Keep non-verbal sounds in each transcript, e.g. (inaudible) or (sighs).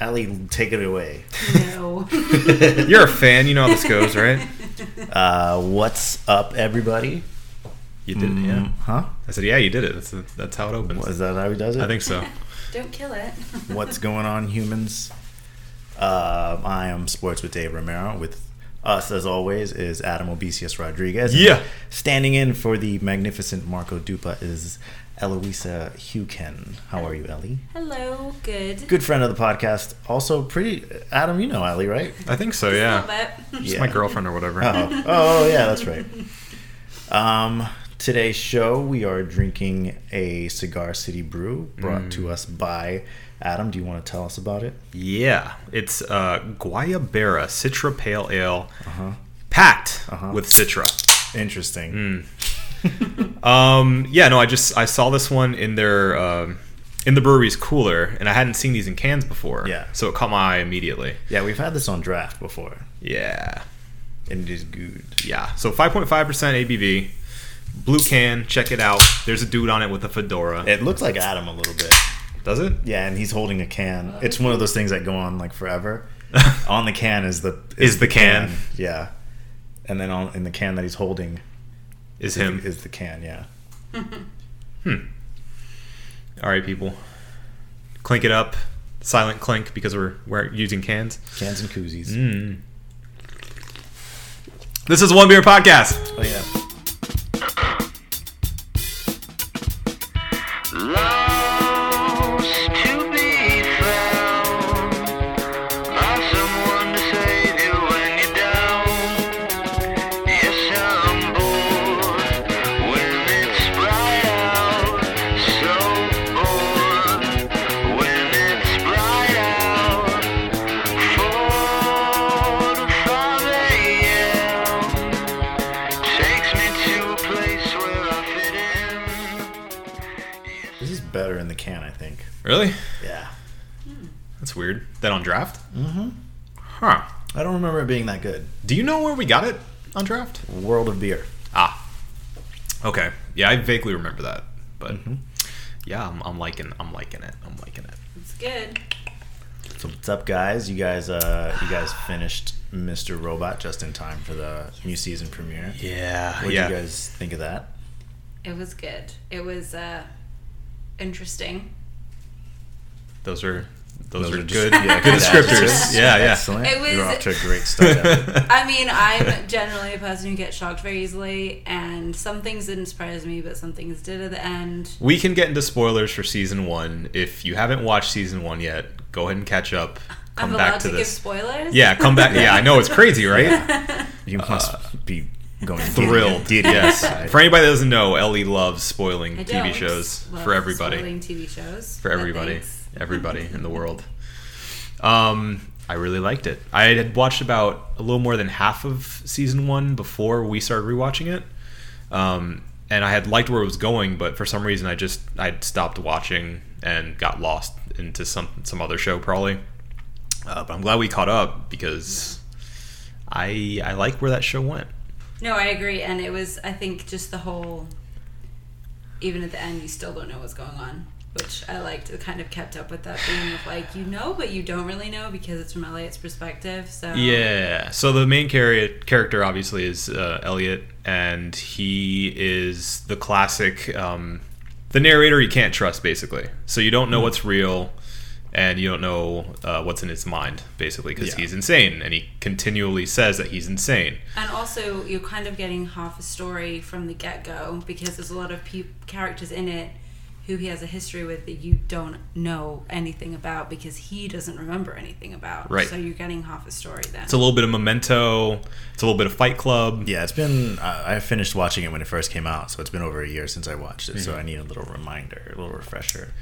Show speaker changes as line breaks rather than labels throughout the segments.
Allie, take it away.
No.
(laughs) You're a fan. You know how this goes, right?
Uh, what's up, everybody?
You did it, yeah.
Mm, Huh?
I said, yeah, you did it. That's, that's how it opens.
What, is that how he does it?
I think so.
(laughs) Don't kill it.
What's going on, humans? Uh, I am Sports with Dave Romero. With us, as always, is Adam Obesius Rodriguez. And
Yeah.
Standing in for the magnificent Marco Dupa is Eloisa Huken. How are you, Ellie?
Hello. Good.
Good friend of the podcast. Also, pretty. Adam, you know Ellie, right?
I think so, yeah.
A little bit.
Just
Yeah.
my girlfriend or whatever.
(laughs) Oh, oh yeah, that's right. Um, today's show, we are drinking a Cigar City brew brought
Mm.
to us by Adam. Do you want to tell us about it?
Yeah. It's uh, Guayabera Citra Pale Ale
Uh-huh.
packed
Uh-huh.
with Citra.
Interesting.
Mm. Um, yeah, no, I just I saw this one in their um, in the brewery's cooler, and I hadn't seen these in cans before.
Yeah.
so it caught my eye immediately.
Yeah, we've had this on draft before,
Yeah,
and it is good.
yeah. So 5.5% ABV, blue can. Check it out. There's a dude on it with a fedora.
It looks like Adam a little bit.
Does it?
Yeah, and he's holding a can. It's one of those things that go on like
(laughs)
forever. on the can is the
Is the can.
Yeah, and then on in the can that he's holding
Is him?
is the can. Yeah.
All right, people. Clink it up. Silent clink because we're we're using cans.
Cans and koozies.
Mm. This is One Beer Podcast.
Oh yeah.
Lost to be found. Not someone to save you when you're down. Yes, I'm bored when it's bright out. So bored when it's bright out. Four to five a.m. takes me to a place where I fit in.
This is better in the can, I think.
Really?
Yeah.
That's weird. That on draft? Mm-hmm. Huh.
I don't remember it being that good.
Do you know where we got it on draft?
World of Beer.
Ah. Okay. Yeah, I vaguely remember that, but yeah, I'm, I'm liking, I'm liking it, I'm liking it.
(laughs) It's good.
So what's up, guys? You guys, uh, you
(sighs)
guys finished Mr. Robot just in time for the new season premiere.
Yeah.
What do
yeah.
you guys think of that?
It was good. It was uh, interesting.
those are those, are,
just-
(laughs)
(laughs)
good,
yeah,
good
good
descriptors.
adjectives.
yeah, yeah.
Excellent.
It was-
You're off to a great start.
(laughs)
I mean, I'm generally a person who gets shocked very easily, and some things didn't surprise me, but some things did at the end.
We can get into spoilers for season one. If you haven't watched season one yet, go ahead and catch up. Come
I'm
back
allowed
to,
to, give
this.
spoilers.
yeah, come
(laughs)
back. Yeah, I know it's crazy, right?
you must be going
Thrilled.
Did
yes. For anybody that doesn't know, Ellie loves spoiling
I
TV
don't
shows
love
for everybody.
spoiling TV shows
for
but
everybody,
thanks. (laughs)
everybody in the world. Um, I really liked it. I had watched about a little more than half of season one before we started rewatching it, um, and I had liked where it was going, but for some reason I just I would stopped watching and got lost into some some other show probably. Uh, but I'm glad we caught up because I I like where that show went.
No, I agree, and it was. I think just the whole. Even at the end, you still don't know what's going on, which I liked. It kind of kept up with that theme of like you know, but you don't really know because it's from Elliot's perspective. So
Yeah. So the main chari- character, obviously, is uh, Elliot, and he is the classic, um, the narrator you can't trust, basically. So you don't know
Hmm.
what's real, and you don't know uh, what's in his mind, basically, because
Yeah.
he's insane, and he continually says that he's insane.
and also you're kind of getting half a story from the get go because there's a lot of peop characters in it who he has a history with that you don't know anything about because he doesn't remember anything about.
Right.
So you're getting half a story then.
It's a little bit of Memento. It's a little bit of Fight Club.
Yeah, it's been. I I finished watching it when it first came out, so it's been over a year since I watched it. So I need a little reminder, a little refresher.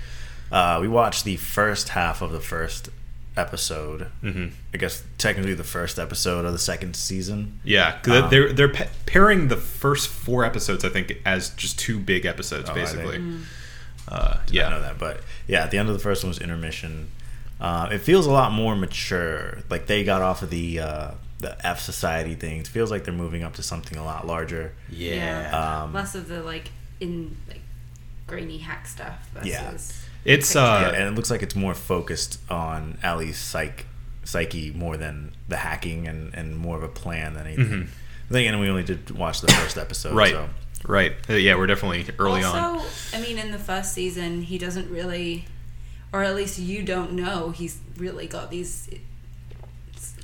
Uh, we watched the first half of the first episode. Mm-hmm. I guess technically the first episode of the second season.
Yeah, 'cause
Ah.
they're they're pa- pairing the first four episodes, I think, as just two big episodes,
are they?
basically. Uh, yeah,
Oh, I know that, but yeah, at the end of the first one was intermission. Uh, it feels a lot more mature. Like they got off of the uh, the F Society things. feels like they're moving up to something a lot larger.
Yeah.
Um,
Less of the like in like grainy hack stuff
Yeah.
versus
It's uh,
Yeah, and it looks like it's more focused on Ali's psych psyche more than the hacking and, and more of a plan than anything. I think, and we only did watch the first episode,
Mm-hmm. right,
So
right. Uh, yeah, we're definitely early
also,
on.
I mean, in the first season, he doesn't really, or at least you don't know, he's really got these s-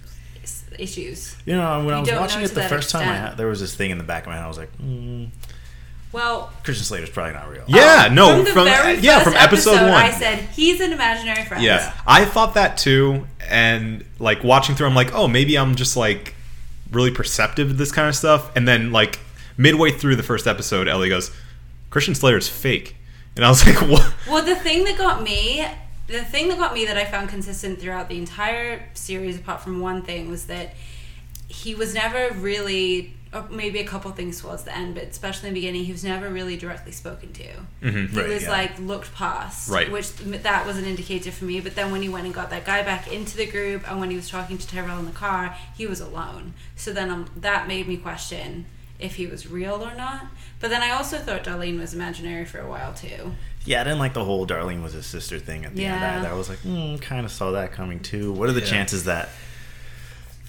s- issues.
you know, when I
You
was
don't
watching
know
it
to
the
that
first time, I
extent.
had, there was this thing in the back of my head. I was like, mm,
Well,
Christian Slater's probably not real.
Yeah, no,
from
from,
the very
yeah,
first
from episode, one.
I said he's an imaginary friend.
Yeah, I thought that too, and like watching through, I'm like, oh, maybe I'm just like really perceptive to this kind of stuff. And then like midway through the first episode, Ellie goes, "Christian Slater's fake," and I was (laughs) like, what?
Well, the thing that got me, the thing that got me that I found consistent throughout the entire series, apart from one thing, was that he was never really, or maybe a couple things towards the end, but especially in the beginning, he was never really directly spoken to. He
Mm-hmm, Right,
was
yeah.
like looked past,
Right.
Which that was an indicator for me. But then when he went and got that guy back into the group, and when he was talking to Tyrell in the car, he was alone. So then um, that made me question. If he was real or not, but then I also thought Darlene was imaginary for a while too.
Yeah, I didn't like the whole Darlene was his sister thing at the
Yeah.
end. I, I was like, mm, kind of saw that coming too. What are the
Yeah.
chances that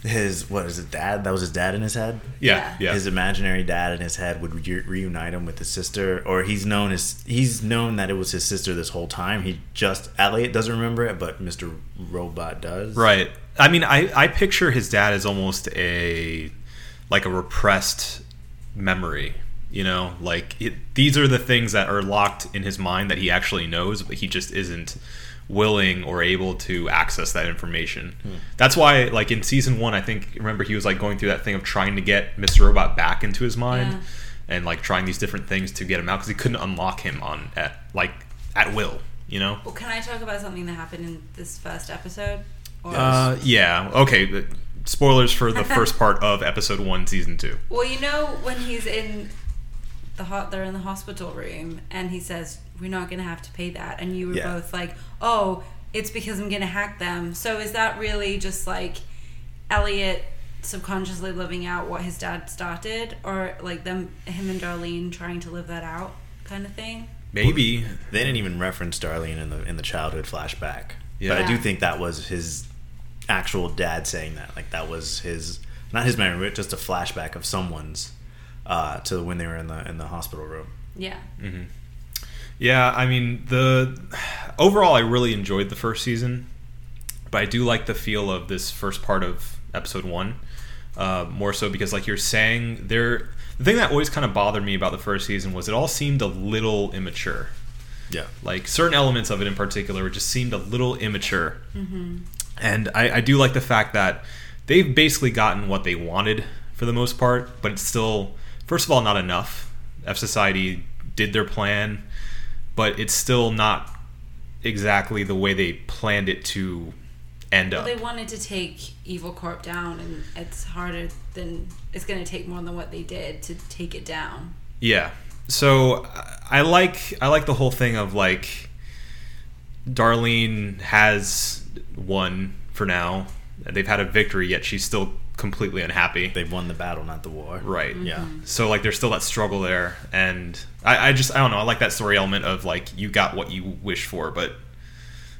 his what is it dad? That was his dad in his head.
Yeah, yeah,
His imaginary dad in his head would re- reunite him with his sister, or he's known his he's known that it was his sister this whole time. He just Elliot doesn't remember it, but Mister Robot does.
right. I mean, I I picture his dad as almost a like a repressed memory. You know, like it, these are the things that are locked in his mind that he actually knows, but he just isn't willing or able to access that information. That's why, like in season one, I think remember he was like going through that thing of trying to get Mr. Robot back into his mind,
Yeah.
and like trying these different things to get him out because he couldn't unlock him on at like at will. You know.
Well, can I talk about something that happened in this first episode? Or,
Uh, yeah. Okay. but Spoilers for the first part of episode one, season two.
well, you know when he's in the hot, they're in the hospital room, and he says, "We're not gonna have to pay that," and you were
Yeah.
both like, "Oh, it's because I'm gonna hack them." So is that really just like Elliot subconsciously living out what his dad started, or like them, him and Darlene trying to live that out, kind of thing?
Maybe.
They didn't even reference Darlene in the in the childhood flashback.
Yeah.
But I do
Yeah.
think that was his actual dad saying that. Like that was his not his memory, but just a flashback of someone's uh, to when they were in the in the hospital room.
Yeah.
Yeah. I mean, the overall, I really enjoyed the first season, but I do like the feel of this first part of episode one uh, more so because, like you're saying, there. The thing that always kind of bothered me about the first season was it all seemed a little immature.
Yeah.
like certain elements of it in particular just seemed a little immature
Mm-hmm.
and I, I do like the fact that they've basically gotten what they wanted for the most part but it's still first of all not enough f society did their plan but it's still not exactly the way they planned it to end
Well,
up
they wanted to take Evil Corp down, and it's harder than it's going to take more than what they did to take it down.
Yeah. So I- I like I like the whole thing of like Darlene has won for now. They've had a victory yet she's still completely unhappy.
They've won the battle, not the war.
Right.
Yeah.
So like there's still that struggle there and I, I just I don't know, I like that story element of like you got what you wish for, but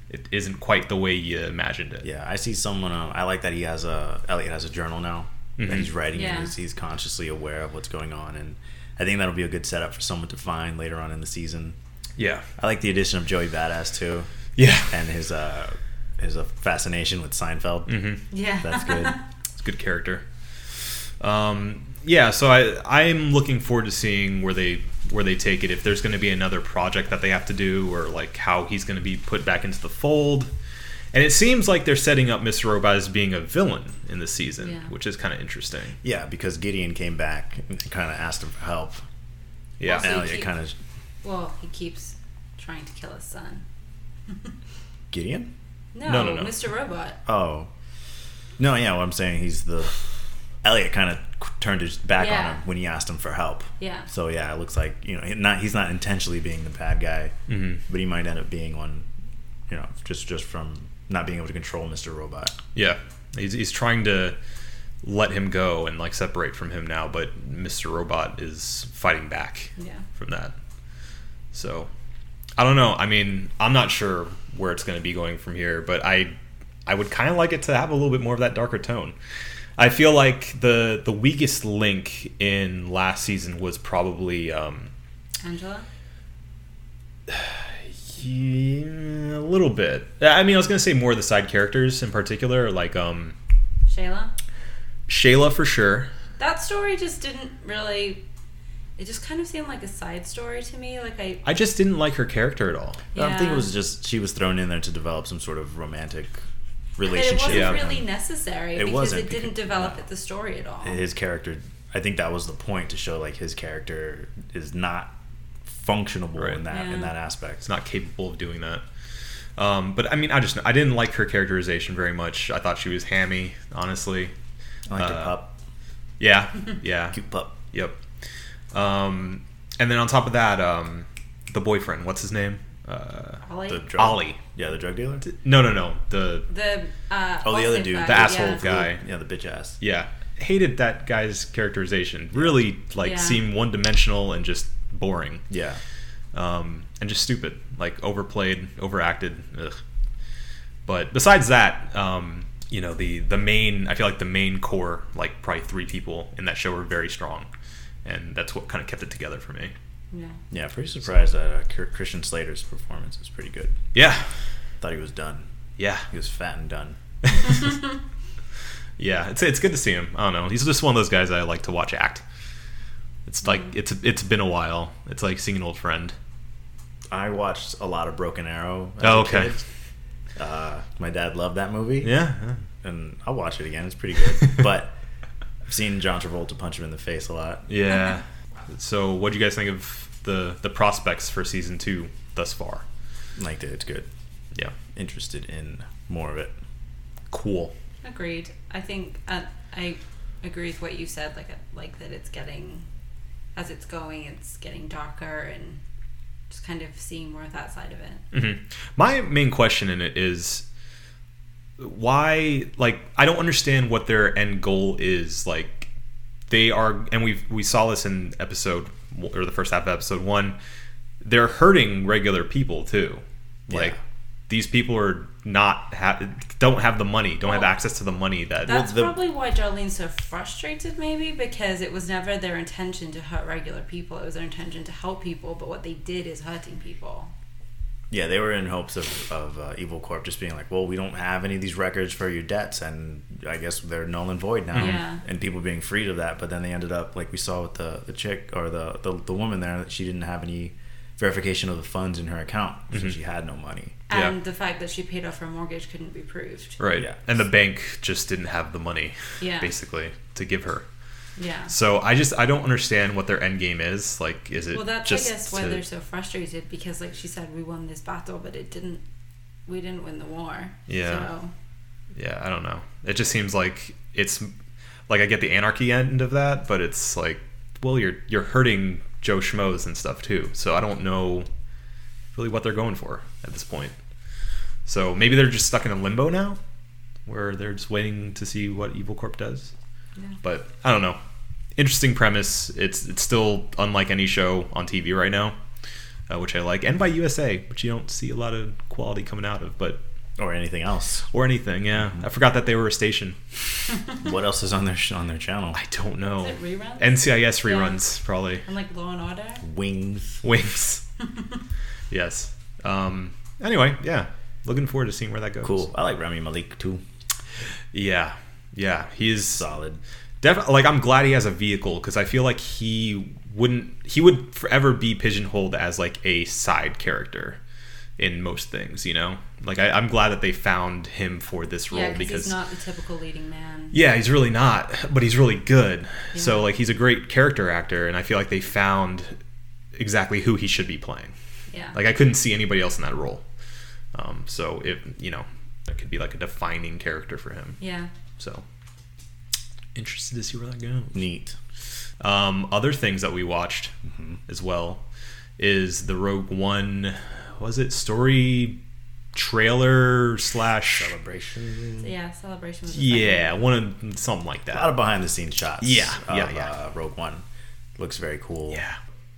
it isn't quite the way you imagined it.
Yeah, I see someone. Um, I like that he has a Elliot has a journal now that he's writing
Mm-hmm. Yeah.
and he's, he's consciously aware of what's going on, and I think that'll be a good setup for someone to find later on in the season.
Yeah.
I like the addition of Joey Badass too,
Yeah.
and his uh his uh, fascination with Seinfeld. Mm-hmm.
Yeah,
That's (laughs)
(laughs)
good.
It's a good character. Um, yeah, so I I'm looking forward to seeing where they where they take it. If there's going to be another project that they have to do, or like how he's going to be put back into the fold. And it seems like they're setting up Mr. Robot as being a villain in this season,
Yeah.
which is kind of interesting.
yeah, because Gideon came back and kind of asked him for help.
Yeah,
Also- So you
Elliot
keep-
kind of
well, he keeps trying to kill his son.
Gideon.
No,
No, no, no.
Mr. Robot.
Oh, no, yeah. What I'm saying, he's the Elliot kind of turned his back
Yeah.
on him when he asked him for help.
Yeah.
So yeah, it looks like you know he- not he's not intentionally being the bad guy,
Mhm.
but he might end up being one. You know, just just from not being able to control Mr. Robot.
yeah. He's he's trying to let him go and like separate from him now, but Mr. Robot is fighting back.
Yeah.
from that. So I don't know. I mean, I'm not sure where it's going to be going from here, but I I would kind of like it to have a little bit more of that darker tone. I feel like the the weakest link in last season was probably um,
Angela?
yeah, a little bit. I mean, I was going to say more of the side characters in particular, like um,
Shayla?
Shayla for sure.
That story just didn't really. It just kind of seemed like a side story to me. Like I.
I just didn't like her character at all.
I don't think
Yeah.
it was just she was thrown in there to develop some sort of romantic
But it
relationship.
wasn't
Yeah.
with him.
really necessary
It
because
wasn't
it didn't
because-
develop
no.
the story at all.
his character i think that was the point to show like his character is not functional
Right.
in that in
Yeah.
that aspect
It's not capable of doing that. Um, but I mean, I just I didn't like her characterization very much. I thought she was hammy, honestly.
i like the
Uh,
pup
Yeah, yeah,
cute pup
yep. Um, and then on top of that, um, the boyfriend, what's his name? Uh,
Ollie?
the drug
Ollie.
yeah the drug dealer
No, no, no. The
The uh,
Oh, the other
Austin
dude,
guy,
the
asshole
yeah.
guy.
yeah the bitch ass
yeah, hated that guy's characterization. Really, like,
Yeah.
seemed one dimensional and just boring,
yeah
um, and just stupid, like overplayed, overacted. Ugh. But besides that, um, you know, the the main I feel like the main core, like probably three people in that show, were very strong, and that's what kind of kept it together for me.
Yeah.
yeah pretty surprised that uh, Cr- christian slater's performance was pretty good
Yeah,
thought he was done
yeah,
he was fat and done
yeah. It's it's good to see him. I don't know. He's just one of those guys I like to watch act. It's like it's it's been a while. It's like seeing an old friend.
i watched a lot of broken arrow as
Oh,
a
okay.
kid. uh, my dad loved that movie
Yeah. yeah.
and i'll watch it again it's pretty (laughs) good but i've seen john travolta punch him in the face a lot
Yeah. so, what do you guys think of the the prospects for season two thus far?
liked it it's good
Yeah.
interested in more of it.
Cool.
Agreed. I think uh, I agree with what you said. Like, uh, like that it's getting, as it's going, it's getting darker and just kind of seeing more of that side of it.
Mhm. My main question in it is why like I don't understand what their end goal is like they are and we we saw this in episode w- or the first half of episode 1 they're hurting regular people too like
Yeah.
these people are not ha- don't have the money don't have
Well,
access to the money that
That's
the-
probably why Darlene's so frustrated, maybe because it was never their intention to hurt regular people. It was their intention to help people, but what they did is hurting people.
Yeah, they were in hopes of, of uh, Evil Corp just being like, well, we don't have any of these records for your debts, and I guess they're null and void now.
Yeah.
And people being freed of that, but then they ended up, like we saw with the, the chick or the, the, the woman there, that she didn't have any verification of the funds in her account,
Mm-hmm.
so she had no money.
Yeah.
And the fact that she paid off her mortgage couldn't be proved.
right
Yeah.
and the bank just didn't have the money
Yeah.
basically to give her
Yeah.
So I just I don't understand what their end game is. Like, is it
Well, that's
just
I guess why
to-
they're so frustrated because, like she said, we won this battle, but it didn't. We didn't win the war.
Yeah.
So
yeah? I don't know. It just seems like it's like I get the anarchy end of that, but it's like well, you're you're hurting Joe Schmoes and stuff too. So I don't know really what they're going for at this point. So maybe they're just stuck in a limbo now, where they're just waiting to see what Evil Corp does.
Yeah.
But I don't know. Interesting premise. It's it's still unlike any show on TV right now, uh, which I like, and by USA, which you don't see a lot of quality coming out of, but
Or anything else.
or anything. Yeah,
Mm-hmm.
I forgot that they were a station.
what else is on their sh- on their channel?
I don't know.
Is it reruns?
NCIS reruns
(laughs)
probably.
and like Law and Order.
Wings.
Wings. yes. Um. Anyway, yeah. Looking forward to seeing where that goes.
Cool. I like Rami Malik too.
Yeah. Yeah. He's
Solid.
Definitely, like I'm glad he has a vehicle because I feel like he wouldn't, he would forever be pigeonholed as like a side character in most things, you know. Like I, I'm glad that they found him for this role
Yeah, because
because
he's not the typical leading man.
yeah, he's really not, but he's really good. So
Yeah.
like he's a great character actor, and I feel like they found exactly who he should be playing.
Yeah.
Like I couldn't see anybody else in that role. Um, so if you know, that could be like a defining character for him.
yeah.
So interested to see where that goes.
Neat.
Um, other things that we watched as well is the Rogue One, was it story trailer slash
Celebration.
So, yeah. Celebration. Was the second
yeah one of something like
A lot
that.
of behind the scenes shots.
Yeah, yeah,
of,
yeah.
Uh, Rogue One looks very cool.
Yeah,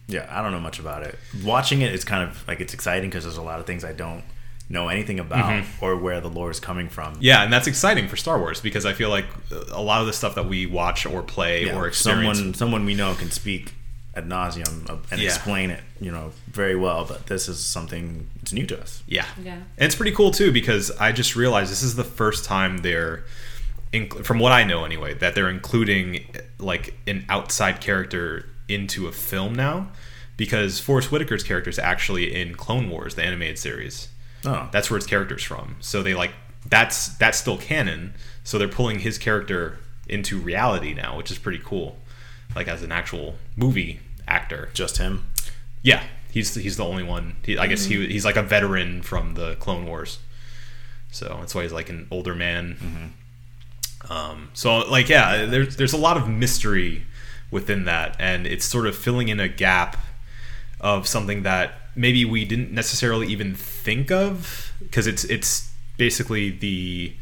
Yeah, I don't know much about it. Watching it is kind of like it's exciting because there's a lot of things I don't know anything about or where the lore is coming from.
Mm-hmm. Yeah, and that's exciting for Star Wars because I feel like a lot of the stuff that we watch or play
Yeah,
or experience.
someone someone we know can speak ad nauseum and
Yeah.
explain it, you know, very well. But this is something it's new to us.
Yeah.
Yeah.
And it's pretty cool too because I just realized this is the first time they're, inc- from what I know anyway, that they're including like an outside character into a film now because Forrest Whitaker's character is actually in Clone Wars, the animated series.
Oh,
That's where his character's from. So they like, that's that's still canon. So they're pulling his character into reality now, which is pretty cool. Like as an actual movie actor.
just him.
Yeah, he's he's the only one. He, I guess he he's like a veteran from the Clone Wars, so that's why he's like an older man. Um, so like yeah, there's there's a lot of mystery within that, and it's sort of filling in a gap of something that maybe we didn't necessarily even think of because it's it's basically the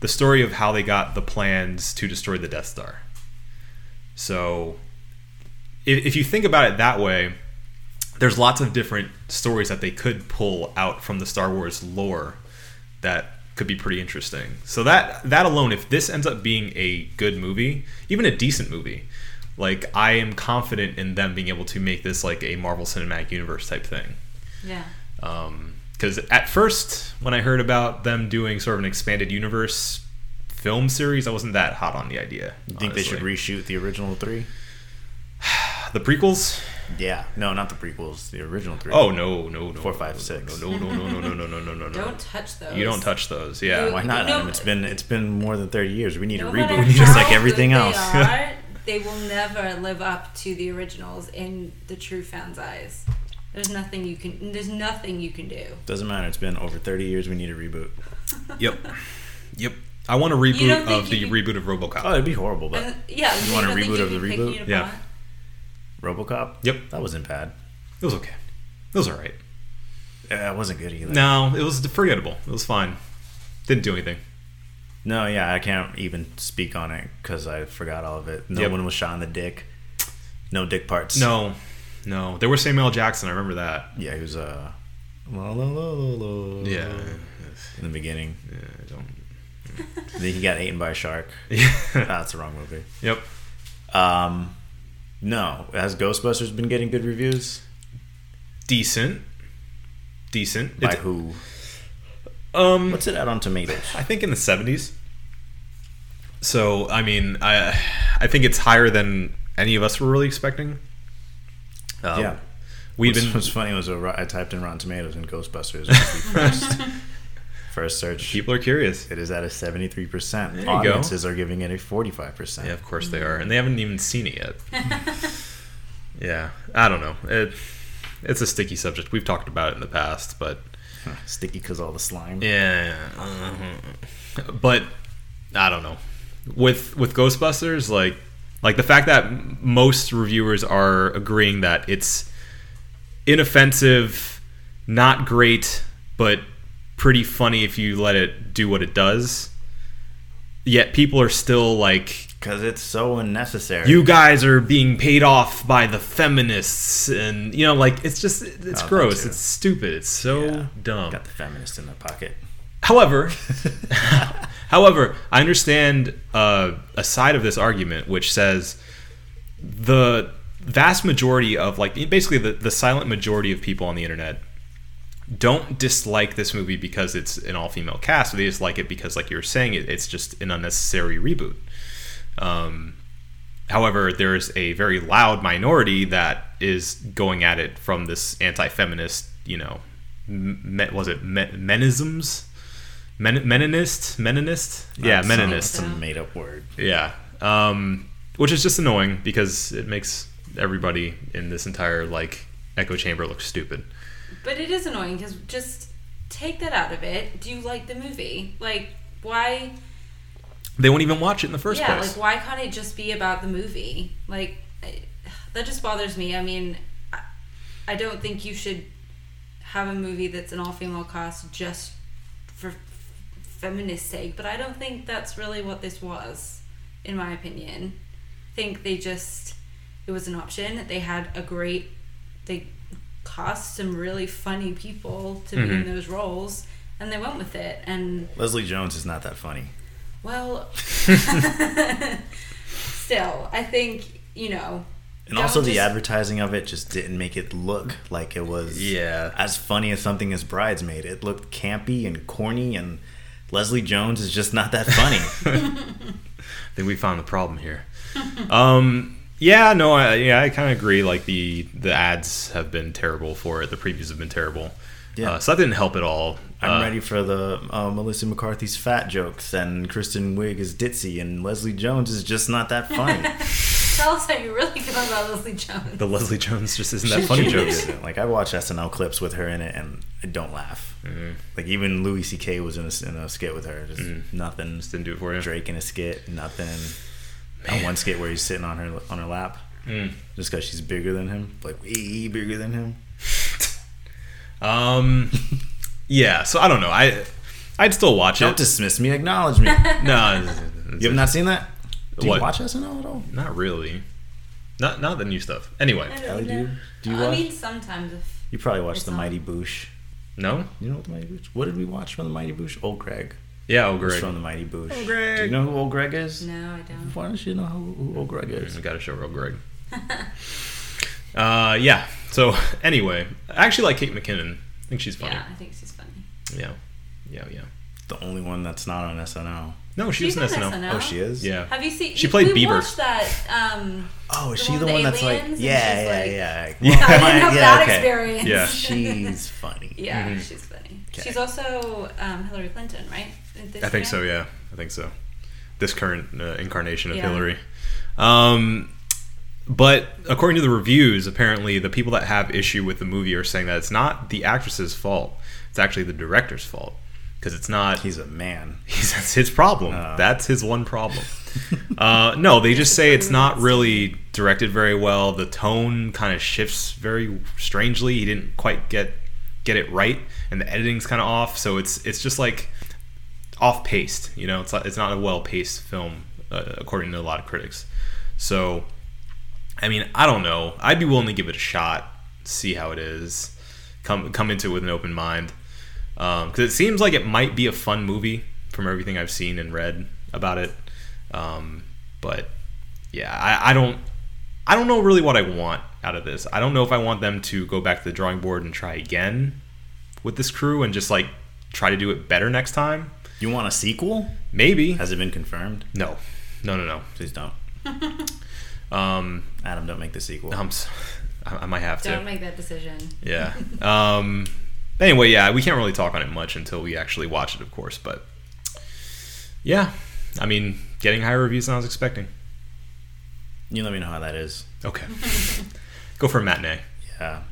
the story of how they got the plans to destroy the Death Star. So if, if you think about it that way, there's lots of different stories that they could pull out from the Star Wars lore that could be pretty interesting. So that that alone, if this ends up being a good movie, even a decent movie, like I am confident in them being able to make this like a Marvel Cinematic Universe type thing.
Yeah.
Because at first, when I heard about them doing sort of an expanded universe film series, I wasn't that hot on the idea.
You think they should
honestly.
reshoot the original three?
the prequels?
Yeah, no, not the prequels, the original three.
Oh no, no, no,
Four,
no,
five,
no,
six.
No, no, no, no, no, no, no, no, no, no.
Don't touch those.
You don't touch those. Yeah.
You-
why not?
No.
Adam? It's been it's been more than thirty years. We need
No
a
matter
(laughs)
reboot, just
how
like everything
good
else.
They, are, they will never live up to the originals in the true fans' eyes. There's nothing you can. There's nothing you can do.
(laughs) Doesn't matter. It's been over thirty years. We need a reboot.
(laughs) Yep. Yep. I want a
You
reboot
don't think
of
you
the
can-
reboot of RoboCop.
Oh, it'd be horrible,
Uh,
but
yeah.
You want a
don't think
reboot
you
of
can
the
pick
reboot?
Unipod?
Yeah.
RoboCop.
Yep.
that wasn't bad.
It was okay. It was all right.
Yeah, it wasn't good either.
No, it was forgettable. It was fine. Didn't do anything.
No, yeah, I can't even speak on it because I forgot all of it. No
Yep.
one was shot in the dick. No dick parts.
No. No. There was Samuel L. Jackson. I remember that.
Yeah, he was uh, la, la, la, la, la, in the beginning.
yeah I don't.
then he got eaten by a shark.
Yeah.
That's the wrong movie.
(laughs) yep.
Um, no, has Ghostbusters been getting good reviews?
Decent. Decent.
By
It's-
who?
um.
What's it at on Tomatoes?
I think in the seventies. So I mean, I I think it's higher than any of us were really expecting. Um,
yeah.
We've
What's-
been
What's funny was uh, I typed in Rotten Tomatoes and Ghostbusters was the
(laughs)
first first search.
people are curious.
It is at a seventy three percent.
There you go.
Audiences are giving it a forty five percent.
Yeah, of course they are, and they haven't even seen it yet. yeah, I don't know. It, it's a sticky subject. We've talked about it in the past, but
Sticky because all the slime.
yeah, but I don't know. With with Ghostbusters, like like the fact that m- most reviewers are agreeing that it's inoffensive, not great, but pretty funny if you let it do what it does. Yet people are still like
Because it's so unnecessary.
you guys are being paid off by the feminists and you know like it's just it's
Oh, that
gross
too.
it's stupid it's so
Yeah.
dumb
got the feminist in the pocket.
however
(laughs)
(laughs) however i understand uh, a side of this argument which says the vast majority of like basically the, the silent majority of people on the internet don't dislike this movie because it's an all-female cast they dislike it because like you were saying it, it's just an unnecessary reboot um, however, there's a very loud minority that is going at it from this anti-feminist, you know, me, was it me, menisms? Men, meninist? Meninist? Yeah,
Some-
meninist.
Some made up word.
Yeah. Um, which is just annoying because it makes everybody in this entire like echo chamber look stupid.
But it is annoying because just take that out of it. Do you like the movie? Like why?
They won't even watch it in the first
yeah.
place.
Like why can't it just be about the movie? Like (sighs) I, that just bothers me. I mean, I, I don't think you should have a movie that's an all-female cast just for f- feminist sake. But I don't think that's really what this was, in my opinion. I think they just it was an option. They had a great they cast some really funny people to be
Mhm.
in those roles, and they went with it. And
Leslie Jones is not that funny.
(laughs)
well, (laughs) still, I think you know.
And also,
don't
the
just-
advertising of it just didn't make it look like it was
Yeah.
as funny as something as Bridesmaid. It looked campy and corny, and Leslie Jones is just not that funny.
(laughs) I think we found the problem here. (laughs) um, yeah, no, I, yeah, I kind of agree. Like the the ads have been terrible for it. The previews have been terrible.
Yeah.
Uh, so that didn't help at all.
I'm
Uh,
ready for the uh, Melissa McCarthy's fat jokes, and Kristen Wiig is ditzy, and Leslie Jones is just not that funny.
Tell us how you really feel about Leslie Jones.
The Leslie Jones just isn't that funny
She
jokes.
isn't. Like I watch SNL clips with her in it, and I don't laugh.
Mm-hmm.
Like even Louis C.K. was in a, in a skit with her. Just
Mm.
nothing.
Just didn't do it for you.
Drake in a skit, nothing. That one skit where he's sitting on her on her lap,
Mm.
just because she's bigger than him, like way bigger than him.
Um, yeah. So I don't know. I I'd still watch
Don't
it.
dismiss me. Acknowledge
(laughs)
me. (laughs)
no,
you have not seen that? Do you
What?
watch SNL at all?
not really. Not not the new stuff. Anyway,
I
Allie,
don't
do you?
know.
Do you
I
watch?
mean, sometimes if
you probably watch The
It's not-
Mighty Boosh.
no.
You know what The Mighty Boosh? What did we watch from The Mighty Boosh? Old Greg.
Yeah, oh
was
great.
from The Mighty Boosh.
Old Greg.
Do you know who Old Greg is?
no, I don't.
Why don't you know who, who Old Greg is?
Got to show real Greg. uh, yeah. So anyway, I actually like Kate McKinnon. I think she's funny.
Yeah, I think she's funny.
Yeah. Yeah. Yeah.
The only one that's not on SNL.
No, she
She's
was in
on
SNL.
SNL.
Oh, she is.
Yeah.
Have you seen?
She played
we
Bieber.
watched that. Um,
Oh, is
The
she
one
the
with
one
the
that's like,
aliens and
yeah,
she's
yeah,
like-
yeah,
(laughs)
(laughs)
Yeah.
yeah.
I didn't have that
okay.
experience. (laughs)
Yeah. Mm-hmm.
She's funny.
Yeah, she's funny.
Okay.
She's also um, Hillary Clinton, right?
I think so. Yeah, I think so. This current uh, incarnation of
Yeah.
Hillary. Um, but according to the reviews, apparently the people that have issue with the movie are saying that it's not the actress's fault. It's actually the director's fault because it's not.
He's a man. (laughs)
He's, that's his problem.
Oh.
That's his one problem. uh, no, they just say it's not really directed very well. The tone kind of shifts very strangely. He didn't quite get get it right, and the editing's kind of off. So it's it's just like off paced. You know, it's not, it's not a well paced film uh, according to a lot of critics. So, I mean, I don't know. I'd be willing to give it a shot, see how it is, come come into it with an open mind, because it seems like it might be a fun movie from everything I've seen and read about it. Um, but yeah, I, I don't. I don't know really what I want out of this. I don't know if I want them to go back to the drawing board and try again with this crew and just like try to do it better next time.
You want a sequel?
Maybe.
Has it been confirmed?
No. No, no,
Please
(laughs)
don't.
no. Um,
Adam, don't make the sequel.
um,
I'm, s- I I might have to.
Don't make that decision.
yeah. Um, anyway, yeah, we can't really talk on it much until we actually watch it, of course. But yeah, I mean, getting higher reviews than I was expecting.
You let me know how that is.
Okay. Go for a matinee.
Yeah.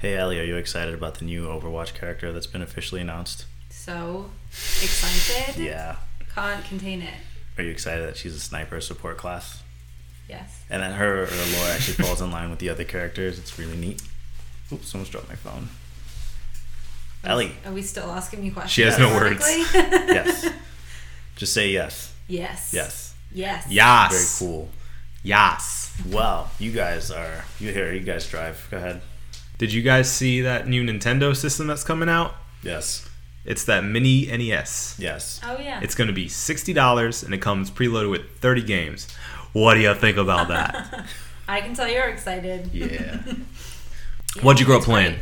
Hey, Ellie, are you excited about the new Overwatch character that's been officially announced?
So excited.
Yeah.
Can't contain it.
Are you excited that she's a sniper support class?
Yes.
And that her, her lore actually falls in line with the other characters. It's really neat. Oops, someone's dropped my phone. Ellie.
Are we still asking you questions?
She has no words. (laughs)
ironically?
Yes.
(laughs)
Just say yes.
yes.
Yes.
Yes.
Very
Yas.
cool.
Yas.
Wow, you guys are you here? You guys drive. Go ahead.
Did you guys see that new Nintendo system that's coming out?
Yes.
It's that mini NES.
Yes.
Oh yeah.
It's going to be $60 and it comes preloaded with 30 games. What do you think about
(laughs)
that?
I can tell you're excited. (laughs)
yeah. What'd you grow up
It's great.
playing?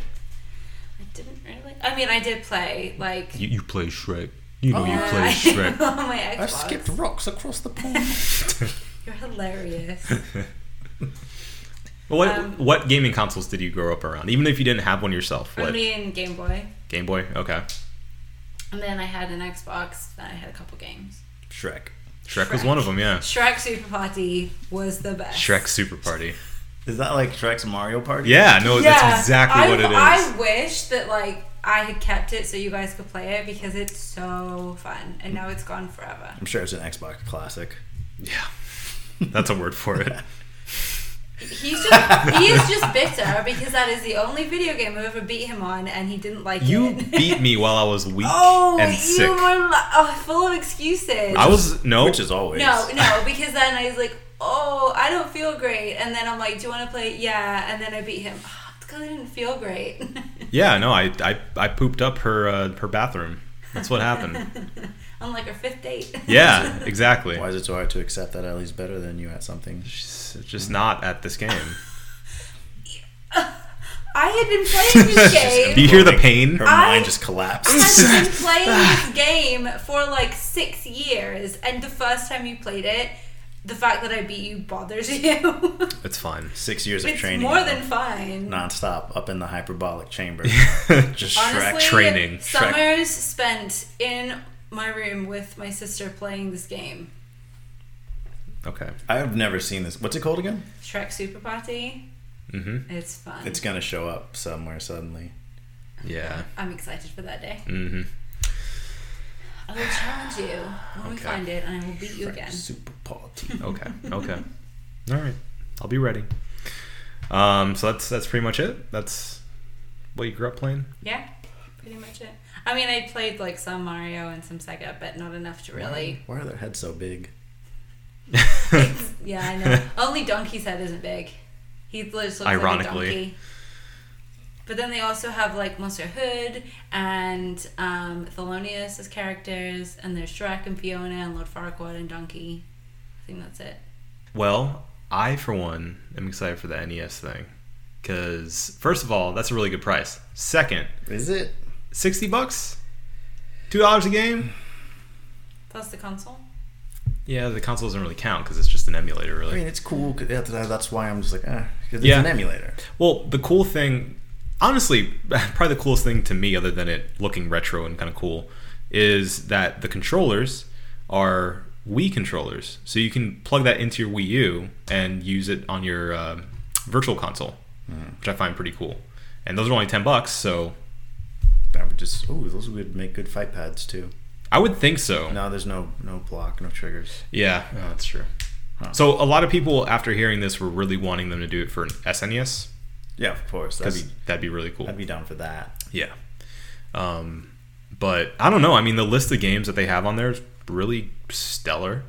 I didn't really. I mean, I did play like.
You, you play Shrek. You know
on
you
my- (laughs)
play Shrek.
on my Xbox.
rocks across the pond.
(laughs)
You're hilarious.
But what
Um,
what gaming consoles did you grow up around? Even if you didn't have one yourself, what
Only in Game Boy,
Game Boy? Okay,
and then I had an Xbox. Then I had a couple games.
Shrek.
Shrek, was
Shrek.
one of them. Yeah,
Shrek Super Party was the best.
Shrek Super Party.
Is that like Shrek's Mario Party?
Yeah, no,
Yeah,
that's exactly
I,
what it is.
I wish that like I had kept it so you guys could play it because it's so fun, and now it's gone forever.
I'm sure it's an Xbox classic.
yeah, that's a word for it.
He's just he is just bitter because that is the only video game I've ever beat him on, and he didn't like (laughs)
You
it.
beat me while I was weak
oh,
and
you
sick.
were li- oh, full of excuses.
I was no.
Which is always.
No, no, because then I was like, oh, I don't feel great. And then I'm like, do you want to play? Yeah. And then I beat him. because I didn't feel great. (laughs)
Yeah, no, I I, I pooped up her uh, her bathroom. That's what happened.
On like our fifth date.
yeah, exactly.
Why is it so hard to accept that Ellie's better than you at something?
She's just not at this game.
(laughs) I
(laughs)
had been playing this game.
Do you hear the pain?
Her
I-
mind just collapsed.
I've
(laughs)
been playing this game for like six years, and the first time you played it, the fact that I beat you bothers (laughs) you.
It's fine.
Six years of
it's
training.
more than fine.
nonstop up in the hyperbolic (laughs) chamber.
just
Honestly,
training. Shrek-
Summers spent in my room with my sister playing this game.
Okay.
I've never seen this. What's it called again?
Shrek Super Party.
Mhm.
It's fun.
It's gonna show up somewhere suddenly.
Yeah.
I'm excited for that day.
Mhm.
I will challenge you when we
Okay.
find it, and I will beat you again.
Super party.
Okay. Okay. All right. I'll be ready. Um. So that's that's pretty much it. That's what you grew up playing.
Yeah, pretty much it. I mean, I played like some Mario and some Sega, but not enough to really.
Why are their heads so big?
Yeah, I know. Only Donkey's head isn't big. He just looks
Ironically.
like a donkey. But then they also have like Monsieur Hood and um, Thelonious as characters, and there's Shrek and Fiona and Lord Farquaad and Donkey. I think that's it.
(laughs) Well, I for one am excited for the NES thing because first of all, that's a really good price. Second,
Is it?
sixty bucks, two dollars a game.
Plus the console.
Yeah, the console doesn't really count because it's just an emulator,
I
really.
mean, it's cool. 'cause that- That's why I'm just like, ah, 'cause it's
Yeah.
an emulator.
Well, the cool thing, honestly, (laughs) probably the coolest thing to me, other than it looking retro and kind of cool, is that the controllers are Wii controllers. So you can plug that into your Wii U and use it on your uh, virtual console, which I find pretty cool. And those are only ten bucks, so
I would just, oh, those would make good fight pads too.
I would think so.
No, there's no no block, no triggers.
Yeah, no, that's true.
Huh.
So a lot of people, after hearing this, were really wanting them to do it for an SNES
Yeah, of course.
because
That'd be,
that'd be really cool.
I'd be down for that.
Yeah. Um, but I don't know. I mean, the list of games that they have on there is really stellar.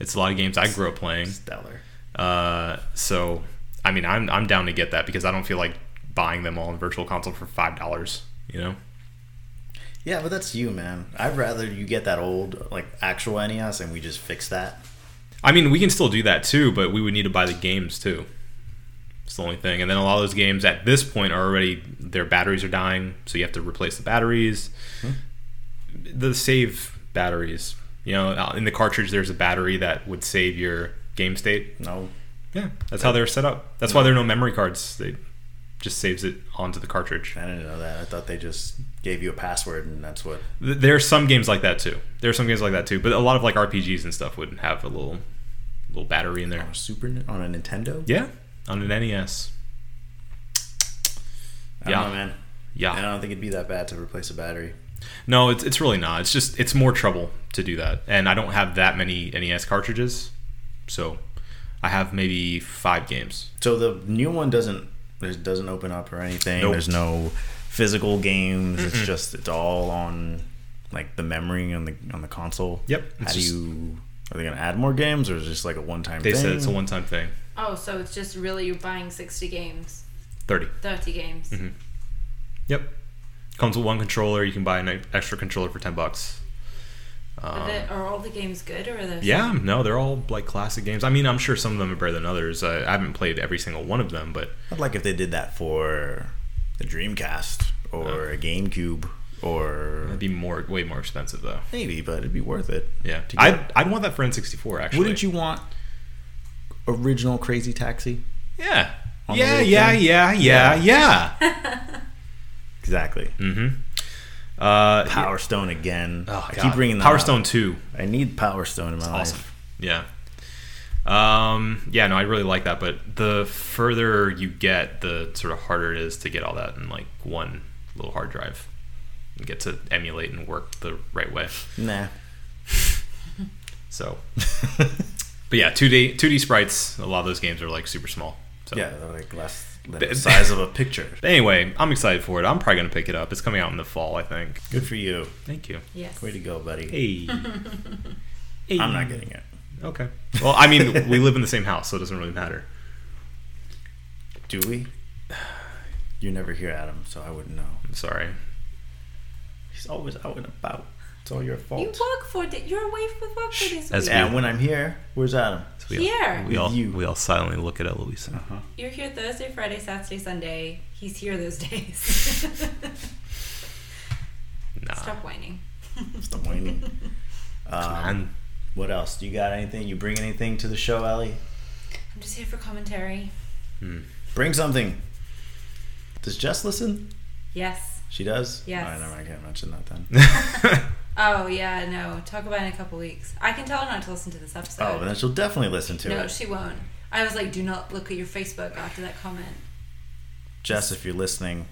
It's a lot of games I grew up playing.
Stellar.
Uh, so, I mean, I'm, I'm down to get that because I don't feel like buying them all in Virtual Console for $5, you know?
Yeah, but that's you, man. I'd rather you get that old, like actual NES, and we just fix that.
I mean, we can still do that too, but we would need to buy the games too. It's the only thing. And then a lot of those games at this point are already, their batteries are dying, so you have to replace the batteries. The save batteries. You know, uh, in the cartridge, there's a battery that would save your game state.
No,
Yeah, that's how they're set up. That's why there are no memory cards. They just saves it onto the cartridge.
I didn't know that. I thought they just gave you a password, and that's what.
Th- There are some games like that too. There are some games like that too, but a lot of like RPGs and stuff would have a little, little battery in there.
On a Super on a Nintendo.
Yeah, on an NES.
I
Yeah.
don't know, man.
Yeah.
And I don't think it'd be that bad to replace a battery.
No, it's, it's really not. It's just it's more trouble to do that, and I don't have that many NES cartridges, so I have maybe five games.
So the new one doesn't it doesn't open up or anything.
Nope.
There's no physical games. It's just it's all on like the memory on the on the console.
Yep.
How
It's
do
just-
you are they gonna add more games or is it just like a one time
They
thing?
said it's a one-time thing.
Oh, so it's just really you're buying 60 games,
Thirty.
30 games.
Mm-hmm. Yep. Comes with one controller. You can buy an e- extra controller for ten bucks.
Are, they- are all the games good or are there?
Yeah, no, they're all like classic games. I mean, I'm sure some of them are better than others. I, I haven't played every single one of them, but
I'd like if they did that for the Dreamcast or a GameCube or
it'd be more, way more expensive though.
maybe, but it'd be worth it.
Yeah,
To get-
I'd, I'd want that for N64 actually.
Wouldn't you want original Crazy Taxi?
Yeah.
On the
Yeah,
little
yeah,
thing?
yeah, yeah, yeah, Mm-hmm.
Exactly.
Uh,
Power Stone again.
Oh,
I
God.
keep bringing that
Power
up.
Stone Two.
I need Power Stone in my life.
Awesome. Yeah. Um, yeah, no, I really like that. But the further you get, the sort of harder it is to get all that in like one little hard drive and get to emulate and work the right way.
Nah. (laughs)
So, but yeah, two D two D sprites. A lot of those games are like super small. So.
Yeah, they're like less than
They-
the size (laughs) of a picture.
But anyway, I'm excited for it. I'm probably gonna pick it up. It's coming out in the fall, I think.
Good for you.
Thank you.
Yes.
Way to go, buddy. (laughs)
Hey.
I'm not getting it.
Okay. Well, I mean, we live in the same house, so it doesn't really matter.
Do we? You never hear Adam, so I wouldn't know.
I'm sorry.
He's always out and about. It's all your fault.
You work for it. You're away for work for this.
As
week.
yeah, and when I'm here, where's Adam?
So
Here.
we all
You.
we all silently look at Eloisa.
Uh-huh.
You're here Thursday, Friday, Saturday, Sunday. He's here those days. (laughs)
Nah.
Ah.
Stop whining.
Stop (laughs) whining. Um,
Man.
what else? Do you got anything? You bring anything to the show, Ellie?
I'm just here for commentary.
Mm.
Bring something. Does Jess listen?
Yes.
She does.
Yes.
All right, never mind. I can't mention that then. (laughs)
Oh yeah, no. Talk about it in a couple weeks. I can tell her not to listen to this episode.
Oh, then she'll definitely listen to
no,
it.
she won't. I was like, do not look at your Facebook after that comment.
Jess, if you're listening,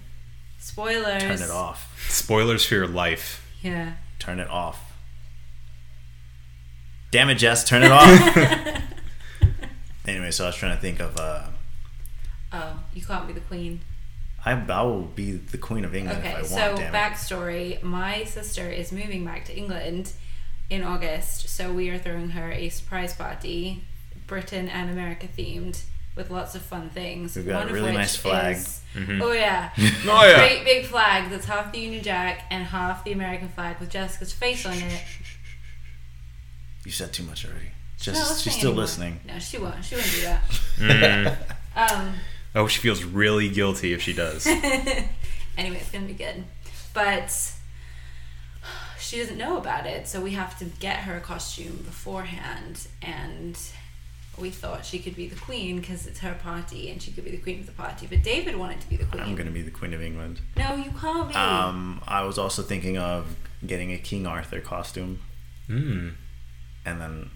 Spoilers.
turn it off.
Spoilers for your life.
Yeah.
Turn it off. Damn it, Jess, turn it
(laughs)
off. (laughs) anyway, so I was trying to think of. Uh,
Oh, you can't be the queen.
I, I will be the queen of England if I
Okay,
want.
so
damn it.
backstory: my sister is moving back to England in August, so we are throwing her a surprise party, Britain and America themed, with lots of fun things.
We've got a
One of
really
which
nice flag. Mm-hmm.
is-
(laughs)
Oh yeah,
(laughs) Oh yeah.
great big flag that's half the Union Jack and half the American flag with Jessica's face on it.
You said too much already.
She's
Just
not
she's still
anymore.
listening.
No, she won't. She won't do that. Um.
Oh, she feels really guilty if she
(laughs)
does.
anyway, it's gonna be good. But she doesn't know about it, so we have to get her a costume beforehand. And we thought she could be the queen because it's her party, and she could be the queen of the party. But David wanted to be the queen.
I'm gonna be the queen of England.
No, you can't be.
Um, I was also thinking of getting a King Arthur costume, Hmm.
mm.
and then,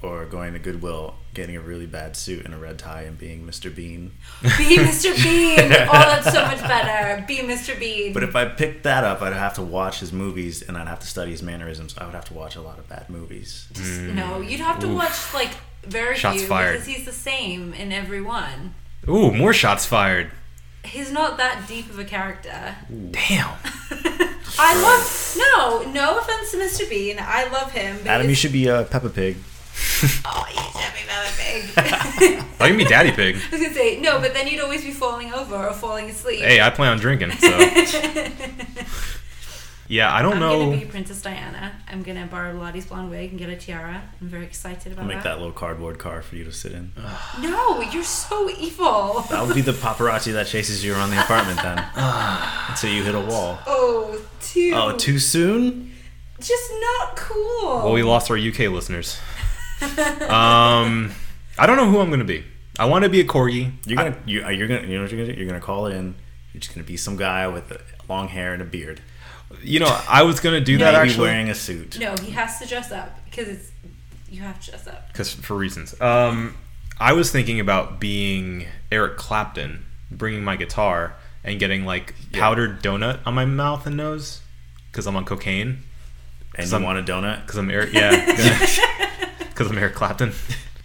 or going to Goodwill, getting a really bad suit and a red tie, and being Mr. Bean.
Be Mr.
(laughs)
Bean. oh, that's so much better. Be Mr. Bean.
But if I picked that up, I'd have to watch his movies, and I'd have to study his mannerisms. I would have to watch a lot of bad movies.
Just- no, you'd have to
Mm. Oof.
watch like very
Shots
few
fired.
because he's the same in every one.
Ooh, more shots fired.
He's not that deep of a character.
Damn.
I love no, no offense to Mr. Bean. I love him. But
Adam, you
he's-
should be uh, Peppa Pig.
Oh, you should be Mama
(laughs)
(laughs) Pig.
I can be Daddy
(laughs)
Pig.
I was gonna say no, but then you'd always be falling over or falling asleep.
Hey, I plan on drinking,
(laughs)
so yeah, I don't
I'm
know.
gonna be Princess Diana. I'm gonna borrow Lottie's blonde wig and get a tiara. I'm very excited about
I'll make that little cardboard car for you to sit (sighs) in.
No, you're so evil.
That would be the paparazzi that chases you around the apartment (sighs) then, until you hit a wall.
Oh, too.
Oh, too soon?
Just not cool.
Well, we lost our UK listeners. Um, I don't know who I'm gonna be. I want to be a corgi.
You're gonna, you, are- you're gonna, you know what you're gonna do? You're gonna call in. You're just gonna be some guy with uh, long hair and a beard.
You know, I was gonna do that
Maybe
actually
wearing a suit.
no, he has to dress up because it's you have to dress up.
because for reasons. Um, I was thinking about being Eric Clapton, bringing my guitar and getting like powdered donut on my mouth and nose because I'm on cocaine.
And
Some-
you want a donut?
Because I'm Eric. Yeah.
(laughs)
(laughs) Because I'm Eric Clapton.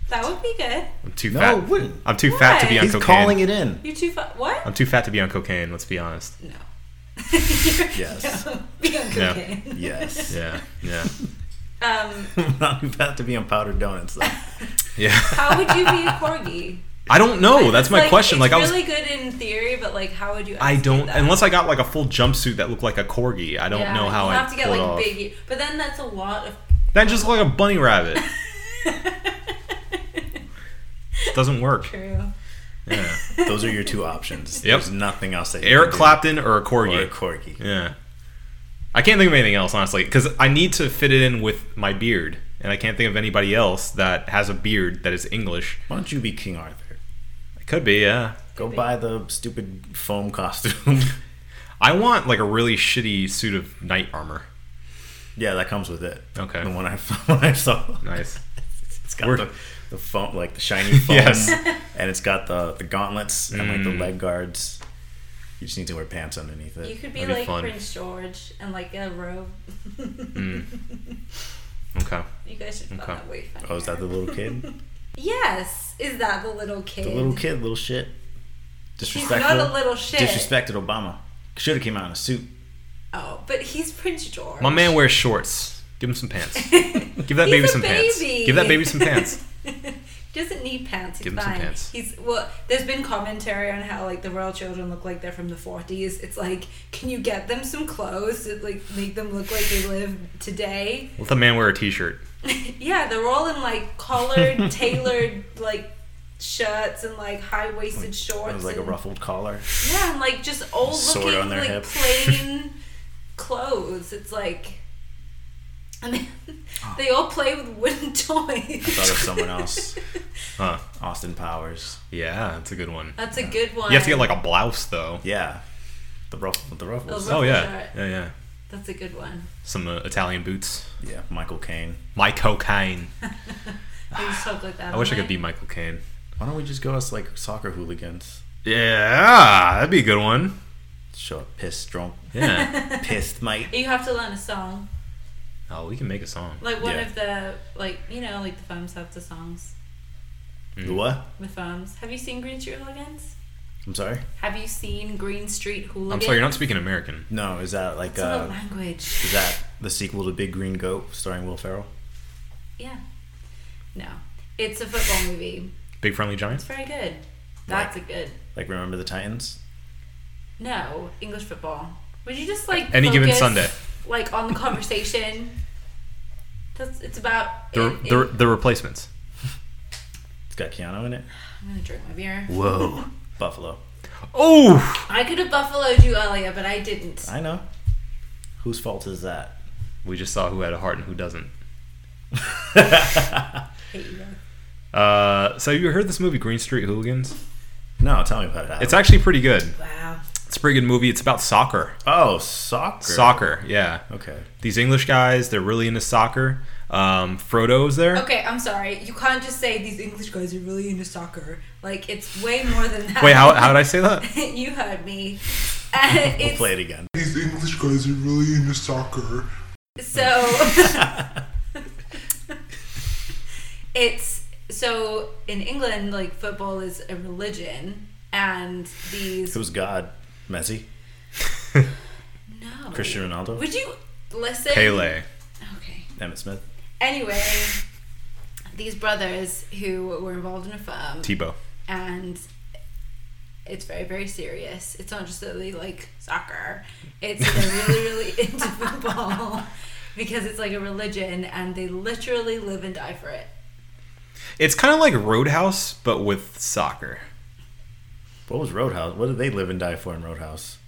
That would be good.
I'm too
No,
fat.
it wouldn't.
I'm too fat to be
Why?
on
He's
cocaine.
calling it in.
You too far. What?
I'm too fat to be on cocaine. Let's be honest.
no.
(laughs)
Yes.
No, be on
No.
cocaine.
Yes. (laughs)
(laughs) Yeah. Yeah.
(laughs) Um,
Not too fat to be on powdered donuts though.
Yeah.
how would you be a
(laughs)
corgi?
I don't know. Oh, That's my
Like,
question.
It's
Like I was.
really good in theory, but like, how would you?
I
execute (laughs)
don't.
that?
Unless I got like a full jumpsuit that looked like a corgi. I don't
Yeah,
know how
you
I
have to get
pull it
like
off.
big. e- But then that's a lot of.
That just looked like a bunny rabbit. Doesn't work.
True.
Yeah.
Those are your two options.
Yep.
There's nothing else that you
Eric
can
Clapton or a
do.
corgi.
or a corgi.
Yeah. I can't think of anything else, honestly, because I need to fit it in with my beard, and I can't think of anybody else that has a beard that is English.
Why don't you be King Arthur?
It could be, yeah.
Go buy the stupid foam costume. (laughs)
I want like a really shitty suit of knight armor.
yeah, that comes with it.
Okay.
The one I (laughs) when I saw.
Nice.
It's got
We're-
the, the foam, like the shiny foam,
(laughs) Yes. Mm.
and it's got the, the gauntlets and like the leg guards. You just need to wear pants underneath
You
it.
could be
That'd be
like
fun.
Prince George and like a robe.
Okay.
You guys should find
Okay.
that way funny.
Oh, is that the little
(laughs)
kid?
Yes. Is that the little kid?
The little kid, little shit.
He's
Disrespectful.
not a little shit.
Disrespected Obama. Should have came out in a suit.
Oh, but he's Prince George.
My man wears shorts. Give him some pants.
Give
that baby some pants. Give that baby some pants.
He doesn't need pants. He's
Give him some
fine.
pants.
He's well. There's been commentary on how like the royal children look like they're from the 40s. It's like, can you get them some clothes that like make them look like they live today?
Let the man wear a t-shirt.
yeah, they're all in
(laughs)
like collared, tailored like shirts and like high waisted shorts.
It was like a
and-
ruffled collar.
Yeah, and like just old
Sword
looking
on their
like
hip.
(laughs)
plain clothes. It's like. And they,
Oh.
they all play with wooden (laughs) toys.
I thought of someone
(laughs)
else.
Huh.
Austin Powers.
Yeah, that's a good one.
That's a good one.
You have to get like a blouse though.
Yeah. The ruff the ruffles.
The ruff-
Oh yeah,
Ruffles
yeah, yeah.
That's a good one.
Some uh, Italian boots.
yeah. Michael Caine.
My cocaine.
They just talk like that.
I wish I
don't
could be
they?
Michael Caine.
Why don't we just go as like soccer hooligans?
Yeah, that'd be a good one.
Show up pissed,
(laughs)
drunk,
Yeah.
pissed, mate.
You have to learn a song,
oh, we can make a song.
like one
Yeah.
of the like you know like the firms have the songs.
What?
The firms. Have you seen Green Street Hooligans?
I'm sorry.
Have you seen Green Street Hooligans?
I'm sorry, you're not speaking American.
No, is that like
It's a
uh,
language.
is that the sequel to Big Green Goat starring Will Ferrell?
Yeah. No, it's a football movie.
Big friendly giant.
It's very good. That's a good.
Like Remember the Titans?
No, English football. Would you just like
Any Given
focus,
Sunday.
like on the
(laughs)
conversation? That's it's about.
The,
it-
the,
it-
the replacements.
It's got Keanu in it.
I'm gonna drink my beer.
Whoa.
(laughs) Buffalo.
oh.
I could have buffaloed you earlier, but I didn't.
I know. Whose fault is that?
We just saw who had a heart and who (laughs) doesn't.
hate you guys.
Uh, so you heard this movie Green Street Hooligans?
no, tell me about it.
It's actually pretty good.
Wow.
It's a pretty good movie. It's about soccer.
oh soccer.
Soccer, yeah.
Okay.
These English guys, they're really into soccer. Um, Frodo's there.
Okay, I'm sorry. You can't just say these English guys are really into soccer. Like it's way more than that.
Wait, how, how did I say that?
(laughs) you heard me. Uh,
(laughs) We'll
it's-
play it again.
These English guys are really into soccer.
So (laughs) it's so in England, like football is a religion, and these
Who's God? Messi?
no
Cristiano Ronaldo?
Would you listen?
Pele.
Okay.
Emmett Smith?
Anyway, these brothers who were involved in a firm
Tebow.
and it's very very serious. It's not just that they like soccer. It's that they're really really into football because it's like a religion and they literally live and die for it.
It's kind of like Roadhouse, but with soccer.
What was Roadhouse? What did they live and die for in Roadhouse?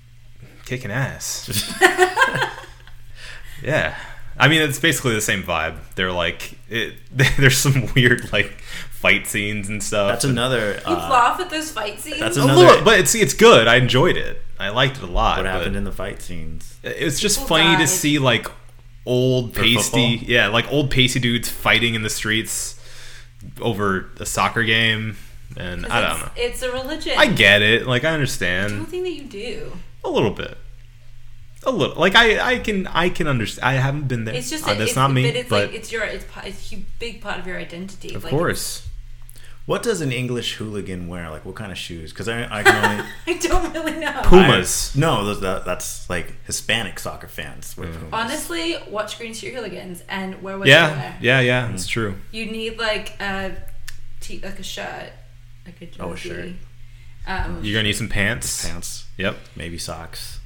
Kicking
(laughs)
ass. yeah. I mean, it's basically the same vibe. They're like, it, (laughs) there's some weird, like, fight scenes and stuff.
That's another.
You
Uh,
laugh at those fight scenes.
that's
A
another.
little- but it's it's good. I enjoyed it. I liked it a lot.
what happened
but
in the fight scenes?
it's just
People
funny to
died.
see like old
For
pasty,
football?
yeah, like old pasty dudes fighting in the streets over a soccer game, and
'Cause
I don't know.
it's- It's a religion.
I get it. Like I
The only
understand
thing that you do.
a little bit. A little, like I, I can, I can understand. I haven't been there.
It's just
Uh,
it-
that's
it's,
not me.
But it's
but
like it's your it's pa- it's a hu- big part of your identity.
of
like,
course,
What does an English hooligan wear? Like, what kind of shoes? Because I, I can only.
(laughs) I don't really know.
(laughs) Pumas.
I- no, those, that, that's like Hispanic soccer fans. With
Mm.
Pumas.
Honestly, watch Green Street Hooligans and wear what you
yeah,
wear.
yeah, yeah.
Mm.
It's true.
You need like a t- like a shirt, like a jersey.
Oh, a shirt.
Um,
You're gonna need some pants.
pants,
Yep,
maybe socks.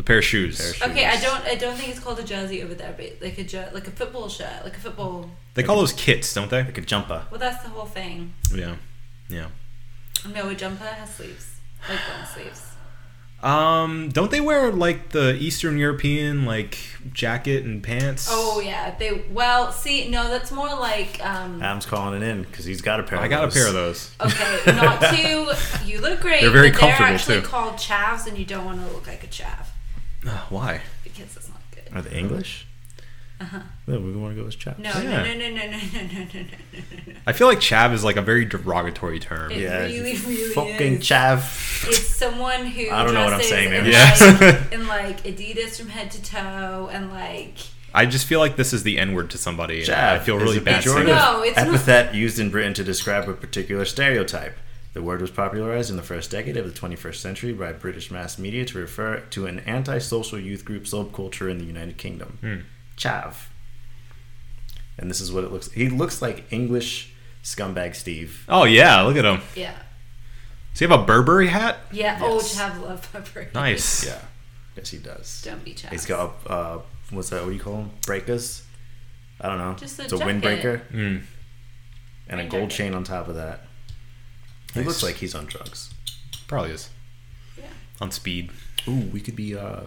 a pair of shoes.
Pair of shoes.
okay, I don't I don't think it's called a jersey over there, but like a jer- like a football shirt, like a football.
They call those kits, don't they?
Like a jumper.
Well, that's the whole thing.
Yeah, yeah.
No, a jumper has sleeves, like long sleeves.
Um, don't they wear like the Eastern European like jacket and pants?
Oh yeah, they well see no, that's more like um.
Adam's calling it in because he's got a pair.
I
of
got a
those.
pair of those.
Okay,
(laughs)
not too. You look great.
They're very
but
comfortable,
They're actually
too.
called chavs, and you don't want to look like a chav
Uh, why?
because that's not good.
Are they English? Uh huh. No, we want to go as chaps.
Uh-huh. No,
Yeah.
no, no, no, no, no, no, no, no, no, no, no.
I feel like chav is like a very derogatory term.
It really, really
fucking
is.
chav.
It's someone who
I don't know what I'm
dresses
saying,
in,
maybe.
Yes. (laughs)
like, in like Adidas from head to toe and like
I just feel like this is the N word to somebody. and
Chav
I feel
is
really
a
bad. saying
pejorative
it.
No, it's not.
epithet used in Britain to describe a particular stereotype. The word was popularized in the first decade of the 21st century by British mass media to refer to an antisocial youth group subculture in the United
Hmm.
Kingdom. Chav. And this is what it looks. He looks like English Scumbag Steve.
Oh yeah, look at him.
Yeah.
Does he have a Burberry hat?
Yeah. Oh,
Yes.
Chav love pepper.
Nice.
Yeah. Yes, he does.
Don't be Chav.
He's got uh, what's that? What do you call them? Breakers. I don't know.
Just a
it's a
jacket.
windbreaker
Mm.
and a
Rain
gold
jacket.
chain on top of that. He
Nice.
looks like he's on drugs.
Probably is
Yeah.
on speed.
Ooh, we could be uh,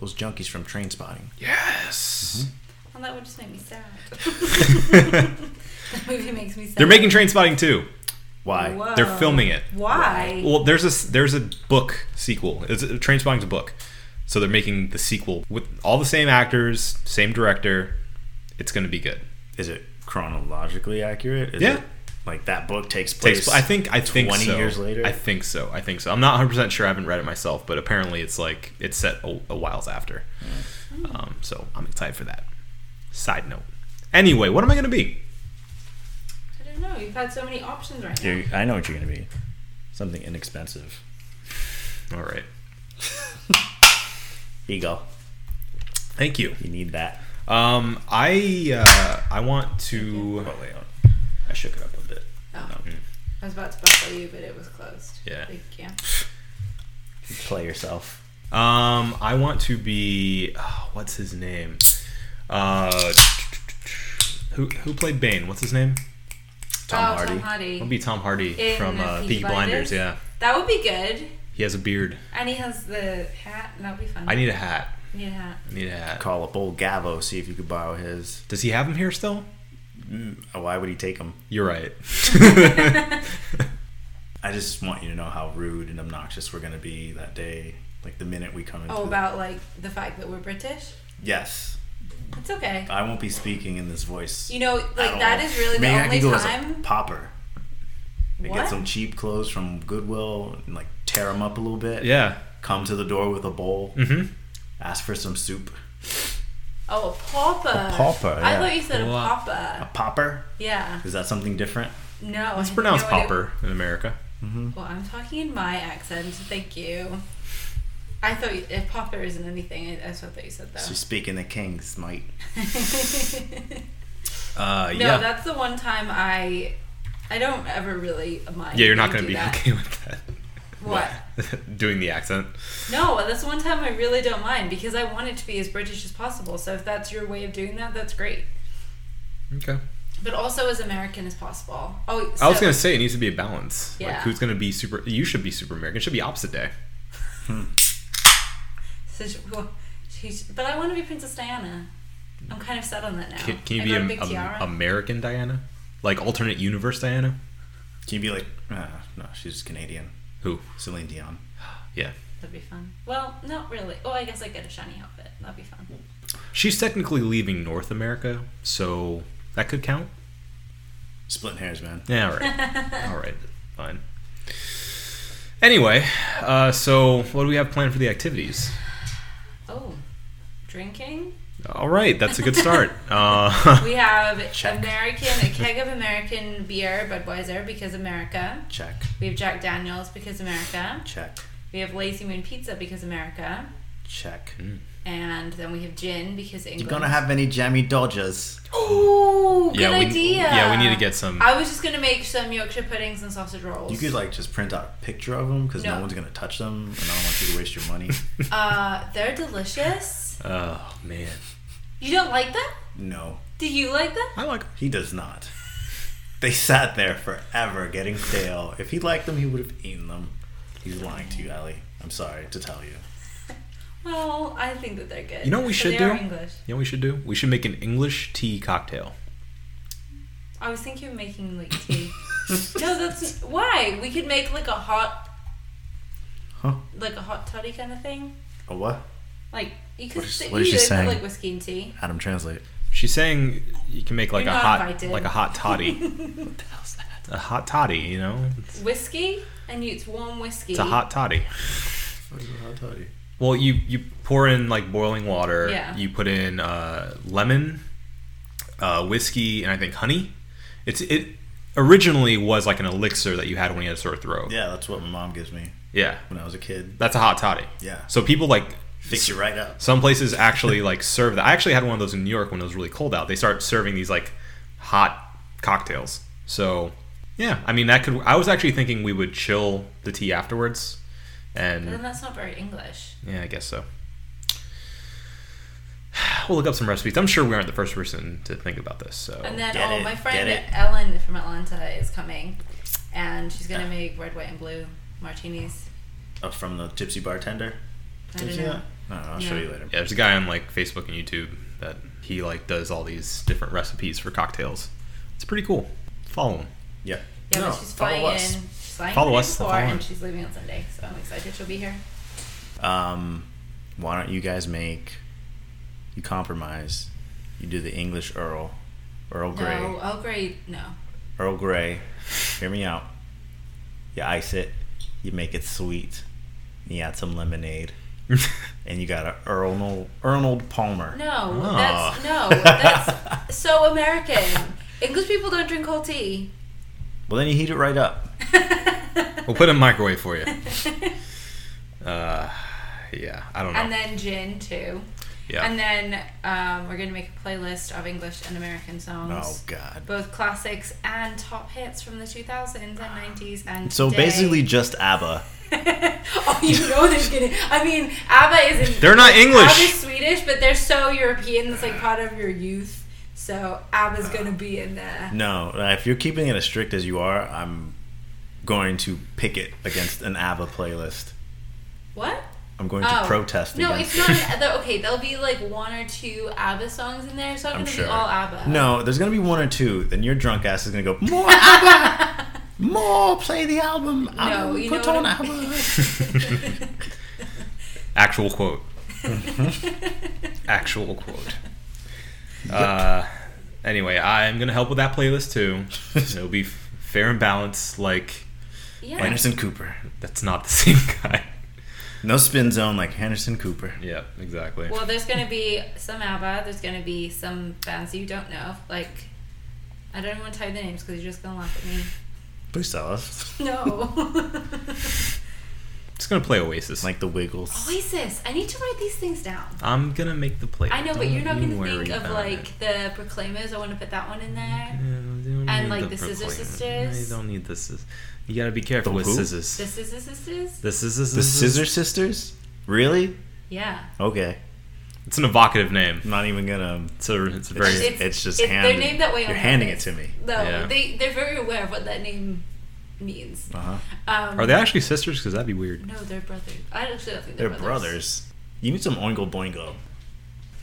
those junkies from Train Spotting.
Yes.
Well, that would just make
(laughs)
me sad. (laughs) that movie makes me sad.
They're making Train Spotting too.
Why?
Whoa.
They're filming it.
Why?
Well, there's a s- there's a book sequel. It's uh, Train Spotting's a book, so they're making the sequel with all the same actors, same director. It's going to be good.
Is it chronologically accurate? Is
Yeah.
It, like that book takes place.
Takes, I think I think
20
so.
years later?
I think so. I think so. I'm not 100 percent sure. I haven't read it myself, but apparently it's like it's set a, a whiles after. Um, so I'm excited for that. Side note. Anyway, what am I going to be?
I don't know. You've had so many options right now.
You're, I know what you're gonna be. Something inexpensive.
All right.
Here you go.
Thank you.
You need that.
Um, I uh, I want to.
Oh, wait, hold on. I shook it up a bit.
Oh.
No.
I was about to buckle you, but it was closed.
Yeah.
Like, yeah.
Play yourself.
Um, I want to be. oh, what's his name? Uh, who who played Bane? What's his name?
Tom
oh,
Hardy.
Tom Hardy.
It'll be Tom Hardy
In,
from
uh,
uh,
Peaky
Peaky Blinders.
Blinders?
Yeah,
That would be good.
he has a beard.
And he has the hat, and that would be fun.
I need a hat.
I need a hat.
I need a hat.
Call up old Gavo. See if you could borrow his.
Does he have him here still?
Oh, why would he take him?
You're
(laughs)
right. (laughs)
I just want you to know how rude and obnoxious we're gonna be that day. Like the minute we come into.
Oh,
the-
about like the fact that we're British.
yes,
It's okay.
I won't be speaking in this voice.
You know,
at
like that
all.
is really the
Maybe
only
I could go as a
time.
popper. They
What?
get some cheap clothes from Goodwill and like tear them up a little bit.
yeah.
Come to the door with a bowl.
Mm-hmm.
Ask for some soup.
Oh, a pauper. A
pauper,
I
yeah.
thought you said a
Well,
A
pauper.
popper?
Yeah.
Is that something different?
No.
It's
I
pronounced
know what it-
popper in America.
Well, I'm talking in my accent. Thank you. I thought you, if pauper isn't anything, I, I thought that you said that.
So speaking the king's might.
Uh,
(laughs) no,
yeah.
that's the one time I. I don't ever really mind.
yeah, you're not
you
going to
do
be
that.
okay with that.
What?
(laughs) Doing the accent.
No, that's the one time I really don't mind because I want it to be as British as possible. So if that's your way of doing that, that's great.
Okay.
But also as American as possible. Oh,
I was
so-
gonna say it needs to be a balance. Like
Yeah. Oh.
who's gonna be super? You should be super American. It should be opposite day.
So she- well, she's, but I want to be Princess Diana. I'm kind of set on that now.
Can, can you
I
be
got a
am-
big
am-
tiara.
American Diana? Like alternate universe Diana?
Can you be like, ah, no, she's Canadian.
Who?
Celine Dion.
Yeah.
That'd be fun. Well, not really. Oh, I guess I get a shiny outfit. That'd be fun.
She's technically leaving North America, so that could count.
Splitting hairs, man.
Yeah. All right.
(laughs)
all right. Fine. Anyway, uh, so what do we have planned for the activities?
Oh, drinking.
All right, that's a good
(laughs)
start. Uh, (laughs)
We have
Check.
American a keg of American beer, Budweiser because America.
Check,
We have Jack Daniels because America.
check,
We have Lazy Moon Pizza because America.
check.
And then we have gin because England.
You're gonna have many jammy dodgers.
Oh, good
yeah, we,
idea.
Yeah, we need to get some.
I was just gonna make some Yorkshire puddings and sausage rolls.
You could like just print out a picture of them because no.
No.
one's gonna touch them, and I don't want you to waste your money. (laughs)
Uh, they're delicious.
Oh man,
You don't like them?
no,
Do you like them?
I like.
he does not. They sat there forever, getting stale. If he liked them, he would have eaten them. He's lying to you, Ellie. I'm sorry to tell you.
Well, I think that they're good.
You know what we
But
should
they
do?
Are English.
You know what we should do? We should make an English tea cocktail.
I was thinking of
(laughs)
making like tea. no, that's why we could make like a hot,
Huh?
like a hot toddy kind of thing.
A what?
Like you could
What is-
sit-
what is
you
she
could put,
saying?
like whiskey and tea.
Adam, translate.
She's saying you can make like
You're
a
not
hot,
invited.
like a hot
(laughs)
toddy. A hot toddy, you know? It's,
Whiskey and you, it's warm whiskey.
it's a hot toddy.
What is a hot toddy?
Well, you you pour in like boiling water.
Yeah.
You put in uh, lemon, uh, whiskey, and I think honey. It's it originally was like an elixir that you had when you had a sore throat.
Yeah, that's what my mom gives me
Yeah.
when I was a kid.
That's a hot toddy.
Yeah.
So people like
Fix you right up.
some places actually like serve that. I actually had one of those in New York when it was really cold out. They start serving these like hot cocktails. So, yeah, I mean that could. I was actually thinking we would chill the tea afterwards,
But then
and
that's not very English.
yeah, I guess so. (sighs) We'll look up some recipes. I'm sure we aren't the first person to think about this. So
And then,
Get
oh,
it,
my
get
friend
it.
Ellen from Atlanta is coming, and she's gonna make red, white, and blue martinis.
Oh, from the tipsy bartender.
I
Did you
don't
see
know.
that? I don't know. I'll show
No.
you later.
yeah, there's a guy on like Facebook and YouTube that he like does all these different recipes for cocktails. It's pretty cool. Follow him.
Yeah.
Yeah,
No,
but she's
follow
flying
us.
in. She's flying
Follow
the day
us,
before,
follow
and
her.
she's leaving on Sunday, so I'm excited she'll be here.
Um, why don't you guys make you compromise? You do the English Earl, Earl Grey,
No, oh great, no.
Earl Grey. Hear me out. You ice it, you make it sweet, you add some lemonade, and you got a Arnold Arnold Palmer.
No,
Oh.
Ah.
that's no, that's so American. English people don't drink
(laughs)
cold tea.
(laughs) Well, then you heat it right up.
(laughs) we'll put a microwave
(laughs)
for you. Uh, yeah, I don't know.
And then gin too.
yeah,
And then um, we're gonna make a playlist of English and American songs.
Oh God.
Both classics and top hits from the 2000s and 90s and
So
today.
basically, just ABBA.
(laughs) oh, you know they're kidding. I mean, ABBA isn't.
They're not English.
ABBA's Swedish, but they're so European. It's like part of your youth. So ABBA's gonna be in there.
No, uh, if you're keeping it as strict as you are, I'm going to pick it against an ABBA playlist.
What?
I'm going to
Oh.
protest
No,
against
it's
it. (laughs)
not. an- the- okay, there'll be like one or two ABBA songs in there. It's not
I'm
gonna
sure.
be all ABBA.
No, there's gonna be one or two. Then your drunk ass is gonna go more ABBA,
(laughs)
more play the album.
No,
album,
you
put
know
on
what I'm- (laughs)
ABBA.
actual
(laughs)
quote. actual quote. Uh, anyway, I'm gonna help with that playlist (laughs) too. It'll be f- fair and balanced. Like
Yeah.
Anderson Cooper,
that's not the (laughs) same guy.
no spin zone like Anderson Cooper.
Yeah, exactly.
Well, there's gonna be some ABBA. There's gonna be some bands you don't know. Like, I don't want to tell you the names because you're just gonna laugh at me.
Please tell us,
No.
Just gonna play Oasis. Like
like the Wiggles.
(laughs) Oasis. I need to write these things down.
I'm gonna make the playlist.
I know, but
Don't
you're not
you
gonna
worry
think of
about
like
it.
the Proclaimers. I want to put that one in there.
Yeah, we don't need
and, like, the Scissor
Brooklyn.
Sisters.
No, You don't need the scissors. You gotta be careful
The
with
who?
scissors.
The Scissor Sisters.
The scissors.
The Scissor Sisters? Really?
Yeah.
Okay,
It's an evocative name.
I'm not even gonna.
It's a, it's a
It's,
very.
just-
It's-
it's just
it's- they're
handed.
named that way on
You're handing it
purpose.
to me.
No,
Yeah.
they they're very aware of what that name means.
Uh huh.
Um,
Are they actually sisters? Because that'd be weird.
No, they're brothers. I actually don't think
They're
they're,
brothers. You need some Oingo Boingo.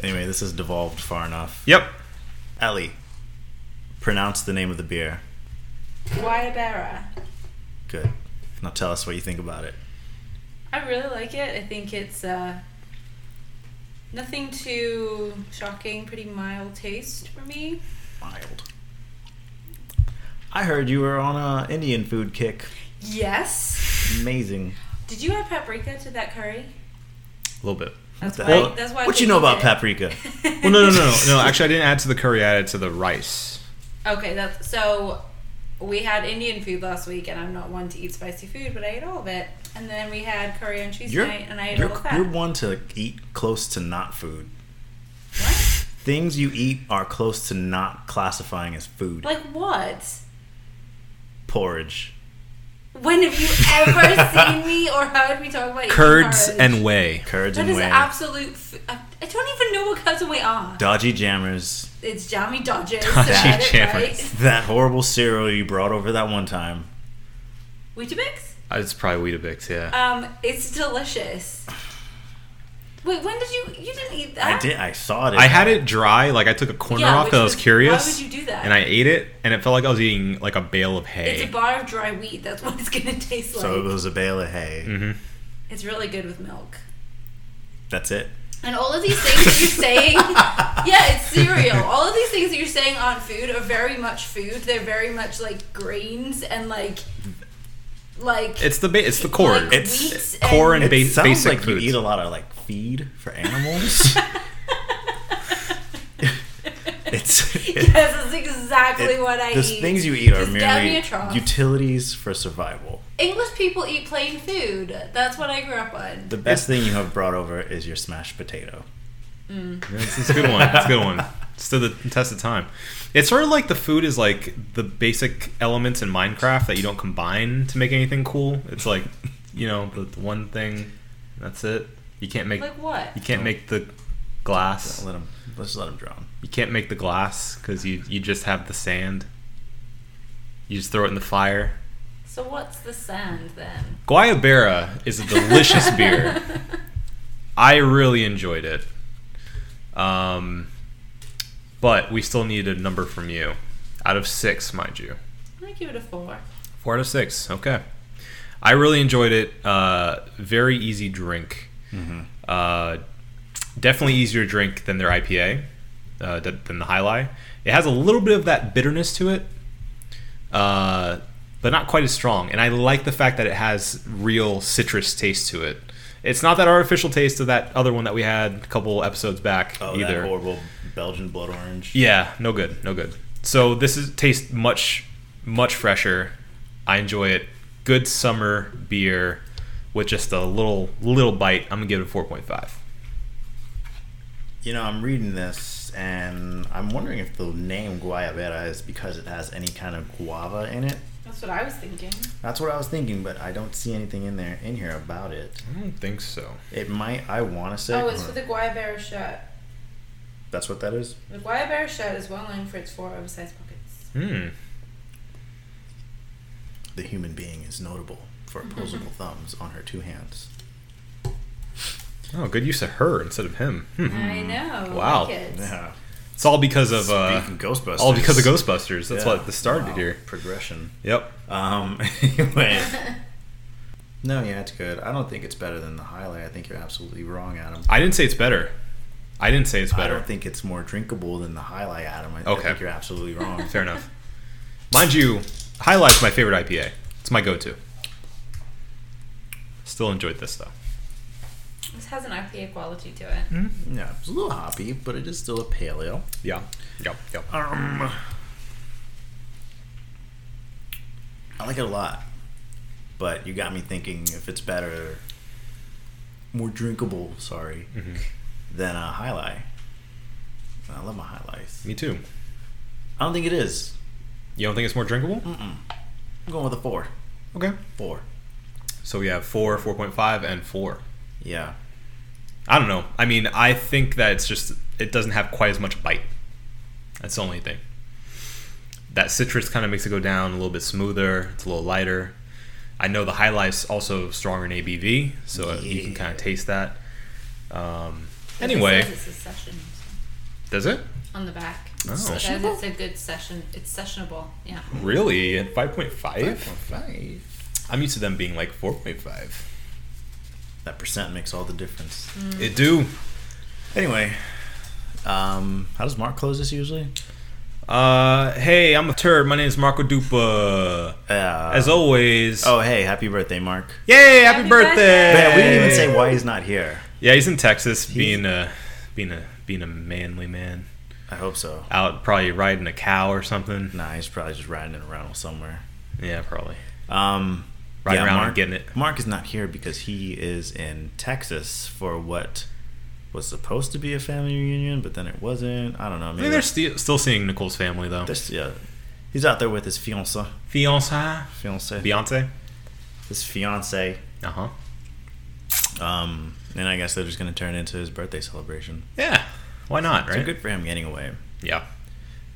Anyway, this has devolved far enough.
Yep.
Ellie, pronounce the name of the beer.
Guayabera.
Good. Now tell us what you think about it.
I really like it. I think it's uh, nothing too shocking. Pretty mild taste for me.
Mild. I heard you were on a Indian food kick.
Yes.
Amazing.
Did you add paprika to that curry?
A little bit.
That's
What
why.
the hell?
that's why. I
What
could
you know
eat
about
it.
paprika?
Well, no, no, no,
(laughs)
no, no. Actually, I didn't add to the curry. I added to the rice.
Okay, that's so. We had Indian food last week, and I'm not one to eat spicy food, but I ate all of it. And then we had curry (laughs) and cheese
You're,
night, and I ate
you're,
all of that.
you're one to eat close to not food.
What?
Things you eat are close to not classifying as food.
Like what?
Porridge.
When have you
(laughs)
ever seen me or heard me talk about eating
Curds
porridge?
and whey.
Curds
That
and
is
whey.
absolute. F- I I don't even know what curds and whey are.
Dodgy jammers.
It's jammy dodgers.
Dodgy
Dodgy
jammers.
jammers.
That horrible cereal you brought over that one time.
Right? Weetabix?
Uh, It's probably Weetabix. Yeah.
Um, it's delicious. Wait, when did you? You didn't eat that.
I did. I saw it.
I had it dry. Like I took a corner
Yeah,
off
which
because I was
was-
curious.
why would you do that?
And I ate it, and it felt like I was eating like a bale of
It's
hay.
a bar of dry wheat. That's (laughs) what it's gonna taste like.
So it was a bale of hay.
mm-hmm.
it's really good with milk.
That's it.
And all of these things that
(laughs)
you're saying, yeah, it's cereal. All of these things that you're saying on food are very much food. They're very much like grains and like, like
(laughs)
(laughs)
It's the ba- it's the core.
Like
it's
wheat
core and
It
ba-
sounds
basic
like
foods.
you eat a lot of like feed for animals.
(laughs)
(laughs)
it's
yes, that's exactly
it-
what I
the
eat.
things you eat are
Just down
merely
your trough.
utilities for survival.
English people eat plain food. That's what I grew up on.
The best thing you have brought over is your smashed potato.
(laughs) It's, it's a good one. It's a good one. stood the test of time. It's sort of like the food is like the basic elements in Minecraft that you don't combine to make anything cool. It's like, you know, the, the one thing. That's it. You can't make.
Like what?
You can't make the
So
glass.
Let him. Let's let him drown.
You can't make the glass because you you just have the sand. You just throw it in the fire.
So what's the sand then?
Guayabera is a
(laughs)
delicious
(laughs)
beer. I really enjoyed it. Um, but we still need a number from you. Out of six, mind you.
I give it a four.
Four out of six. Okay. I really enjoyed it. Uh, very easy drink.
Mm-hmm.
Uh, definitely easier drink than their IPA, uh, th- than the High Lie. It has a little bit of that bitterness to it, uh, but not quite as strong. And I like the fact that it has real citrus taste to it. It's not that artificial taste of that other one that we had a couple episodes back
Oh,
either.
that horrible Belgian blood orange.
Yeah, no good, no good. So this is tastes much, much fresher. I enjoy it. Good summer beer with just a little little bite. I'm gonna give it a four point five.
You know, I'm reading this and I'm wondering if the name Guayabera is because it has any kind of guava in it.
That's what I was thinking.
That's what I was thinking, but I don't see anything in there in here about it.
I don't think so.
It might. I want to say.
Oh, it's for the Guayabera shot.
That's what that is.
The Guayabera shot is well known for its four oversized pockets.
Hmm.
The human being is notable for opposable thumbs on her two hands.
Oh, good use of her instead of him. Hmm.
I know.
Wow.
like it.
Yeah.
It's all because of uh,
Speaking Ghostbusters.
all because of Ghostbusters. That's
Yeah.
what this started
Wow.
here.
Progression.
Yep.
Um. (laughs) Anyway. no, yeah, it's good. I don't think it's better than the highlight. I think you're absolutely wrong, Adam.
I didn't say it's better. I didn't say it's
I
better.
don't think it's more drinkable than the highlight, Adam. I, I
Okay.
think you're absolutely wrong.
(laughs) Fair enough. Mind you, High Life's my favorite IPA. It's my go-to. Still enjoyed this though.
This has an IPA quality to it.
Yeah, it's a little hoppy, but it is still a pale ale.
Yeah. Yep. Yep.
Um, I like it a lot, but you got me thinking if it's better, more drinkable. Sorry, than a highlight. I love my highlights.
Me too.
I don't think it is.
You don't think it's more drinkable?
I'm going with a four.
Okay.
Four.
So we have four, four point five, and four.
Yeah.
I don't know. I mean, I think that it's just it doesn't have quite as much bite. That's the only thing. That citrus kind of makes it go down a little bit smoother. It's a little lighter. I know the high life's also stronger in ABV, so uh you can kind of taste that. Um,
It
anyway,
says it's a session
does it?
on the back.
No.
It says
Sessionable?
it's a good session. It's sessionable. Yeah.
Really, at five point five,
Five.
I'm used to them being like four point five.
That percent makes all the difference.
It do.
Anyway, um, how does Mark close this usually?
Uh, hey, I'm a turd. My name is Marco Dupa.
Uh,
As always.
oh, hey, happy birthday, Mark.
Yay, happy,
Happy
birthday.
birthday.
Man, we didn't even say why he's not here.
Yeah, he's in Texas being a being a being a manly man.
I hope so.
Out probably riding a cow or something.
Nah, he's probably just riding it around somewhere.
Yeah, probably.
Um,
Riding around and
Mark,
getting it.
Mark is not here because he is in Texas for what was supposed to be a family reunion, but then it wasn't. I don't know.
I
Maybe
think they're sti- still seeing Nicole's family though.
this, yeah, he's out there with his fiance,
Fiance,
fiance,
Beyonce.
his fiance.
Uh huh.
Um, and I guess they're just gonna turn into his birthday celebration.
Yeah. Why not? Right.
So good for him getting away.
Yeah.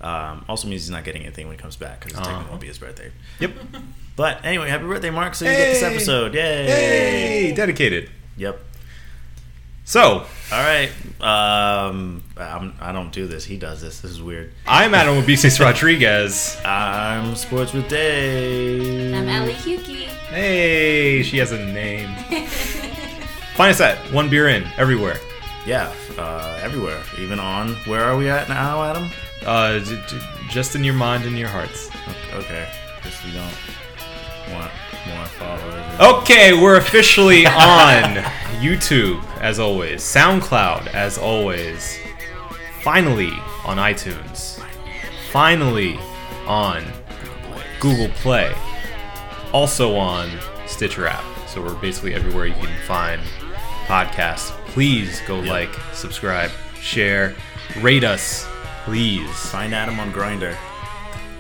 Um, also means he's not getting anything when he comes back because it
Uh-huh.
technically won't be his birthday.
Yep.
But anyway, happy birthday, Mark! So you get this
Hey!
episode, yay!
Hey, dedicated.
Yep.
So
All right. Um, I'm, I don't do this. He does this. This is weird.
I'm Adam Obesis (laughs) Rodriguez.
I'm Sports with Dave.
I'm Ellie Hughie.
Hey, she has a name. Find us at One Beer In everywhere.
Yeah, uh, everywhere. Even on. Where are we at now, Adam?
Uh, j- j- just in your mind and your hearts.
Okay. Because we don't want more followers.
Okay, we're officially on YouTube as always, SoundCloud as always, finally on iTunes, finally on Google Play, also on Stitcher app. So we're basically everywhere you can find podcasts. Please go like, subscribe, share, rate us Please.
Find Adam on Grinder.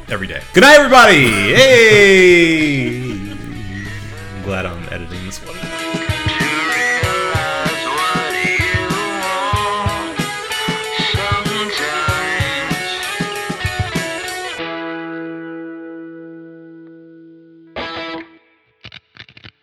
Every day. Good night, everybody! Hey! I'm glad I'm editing this one.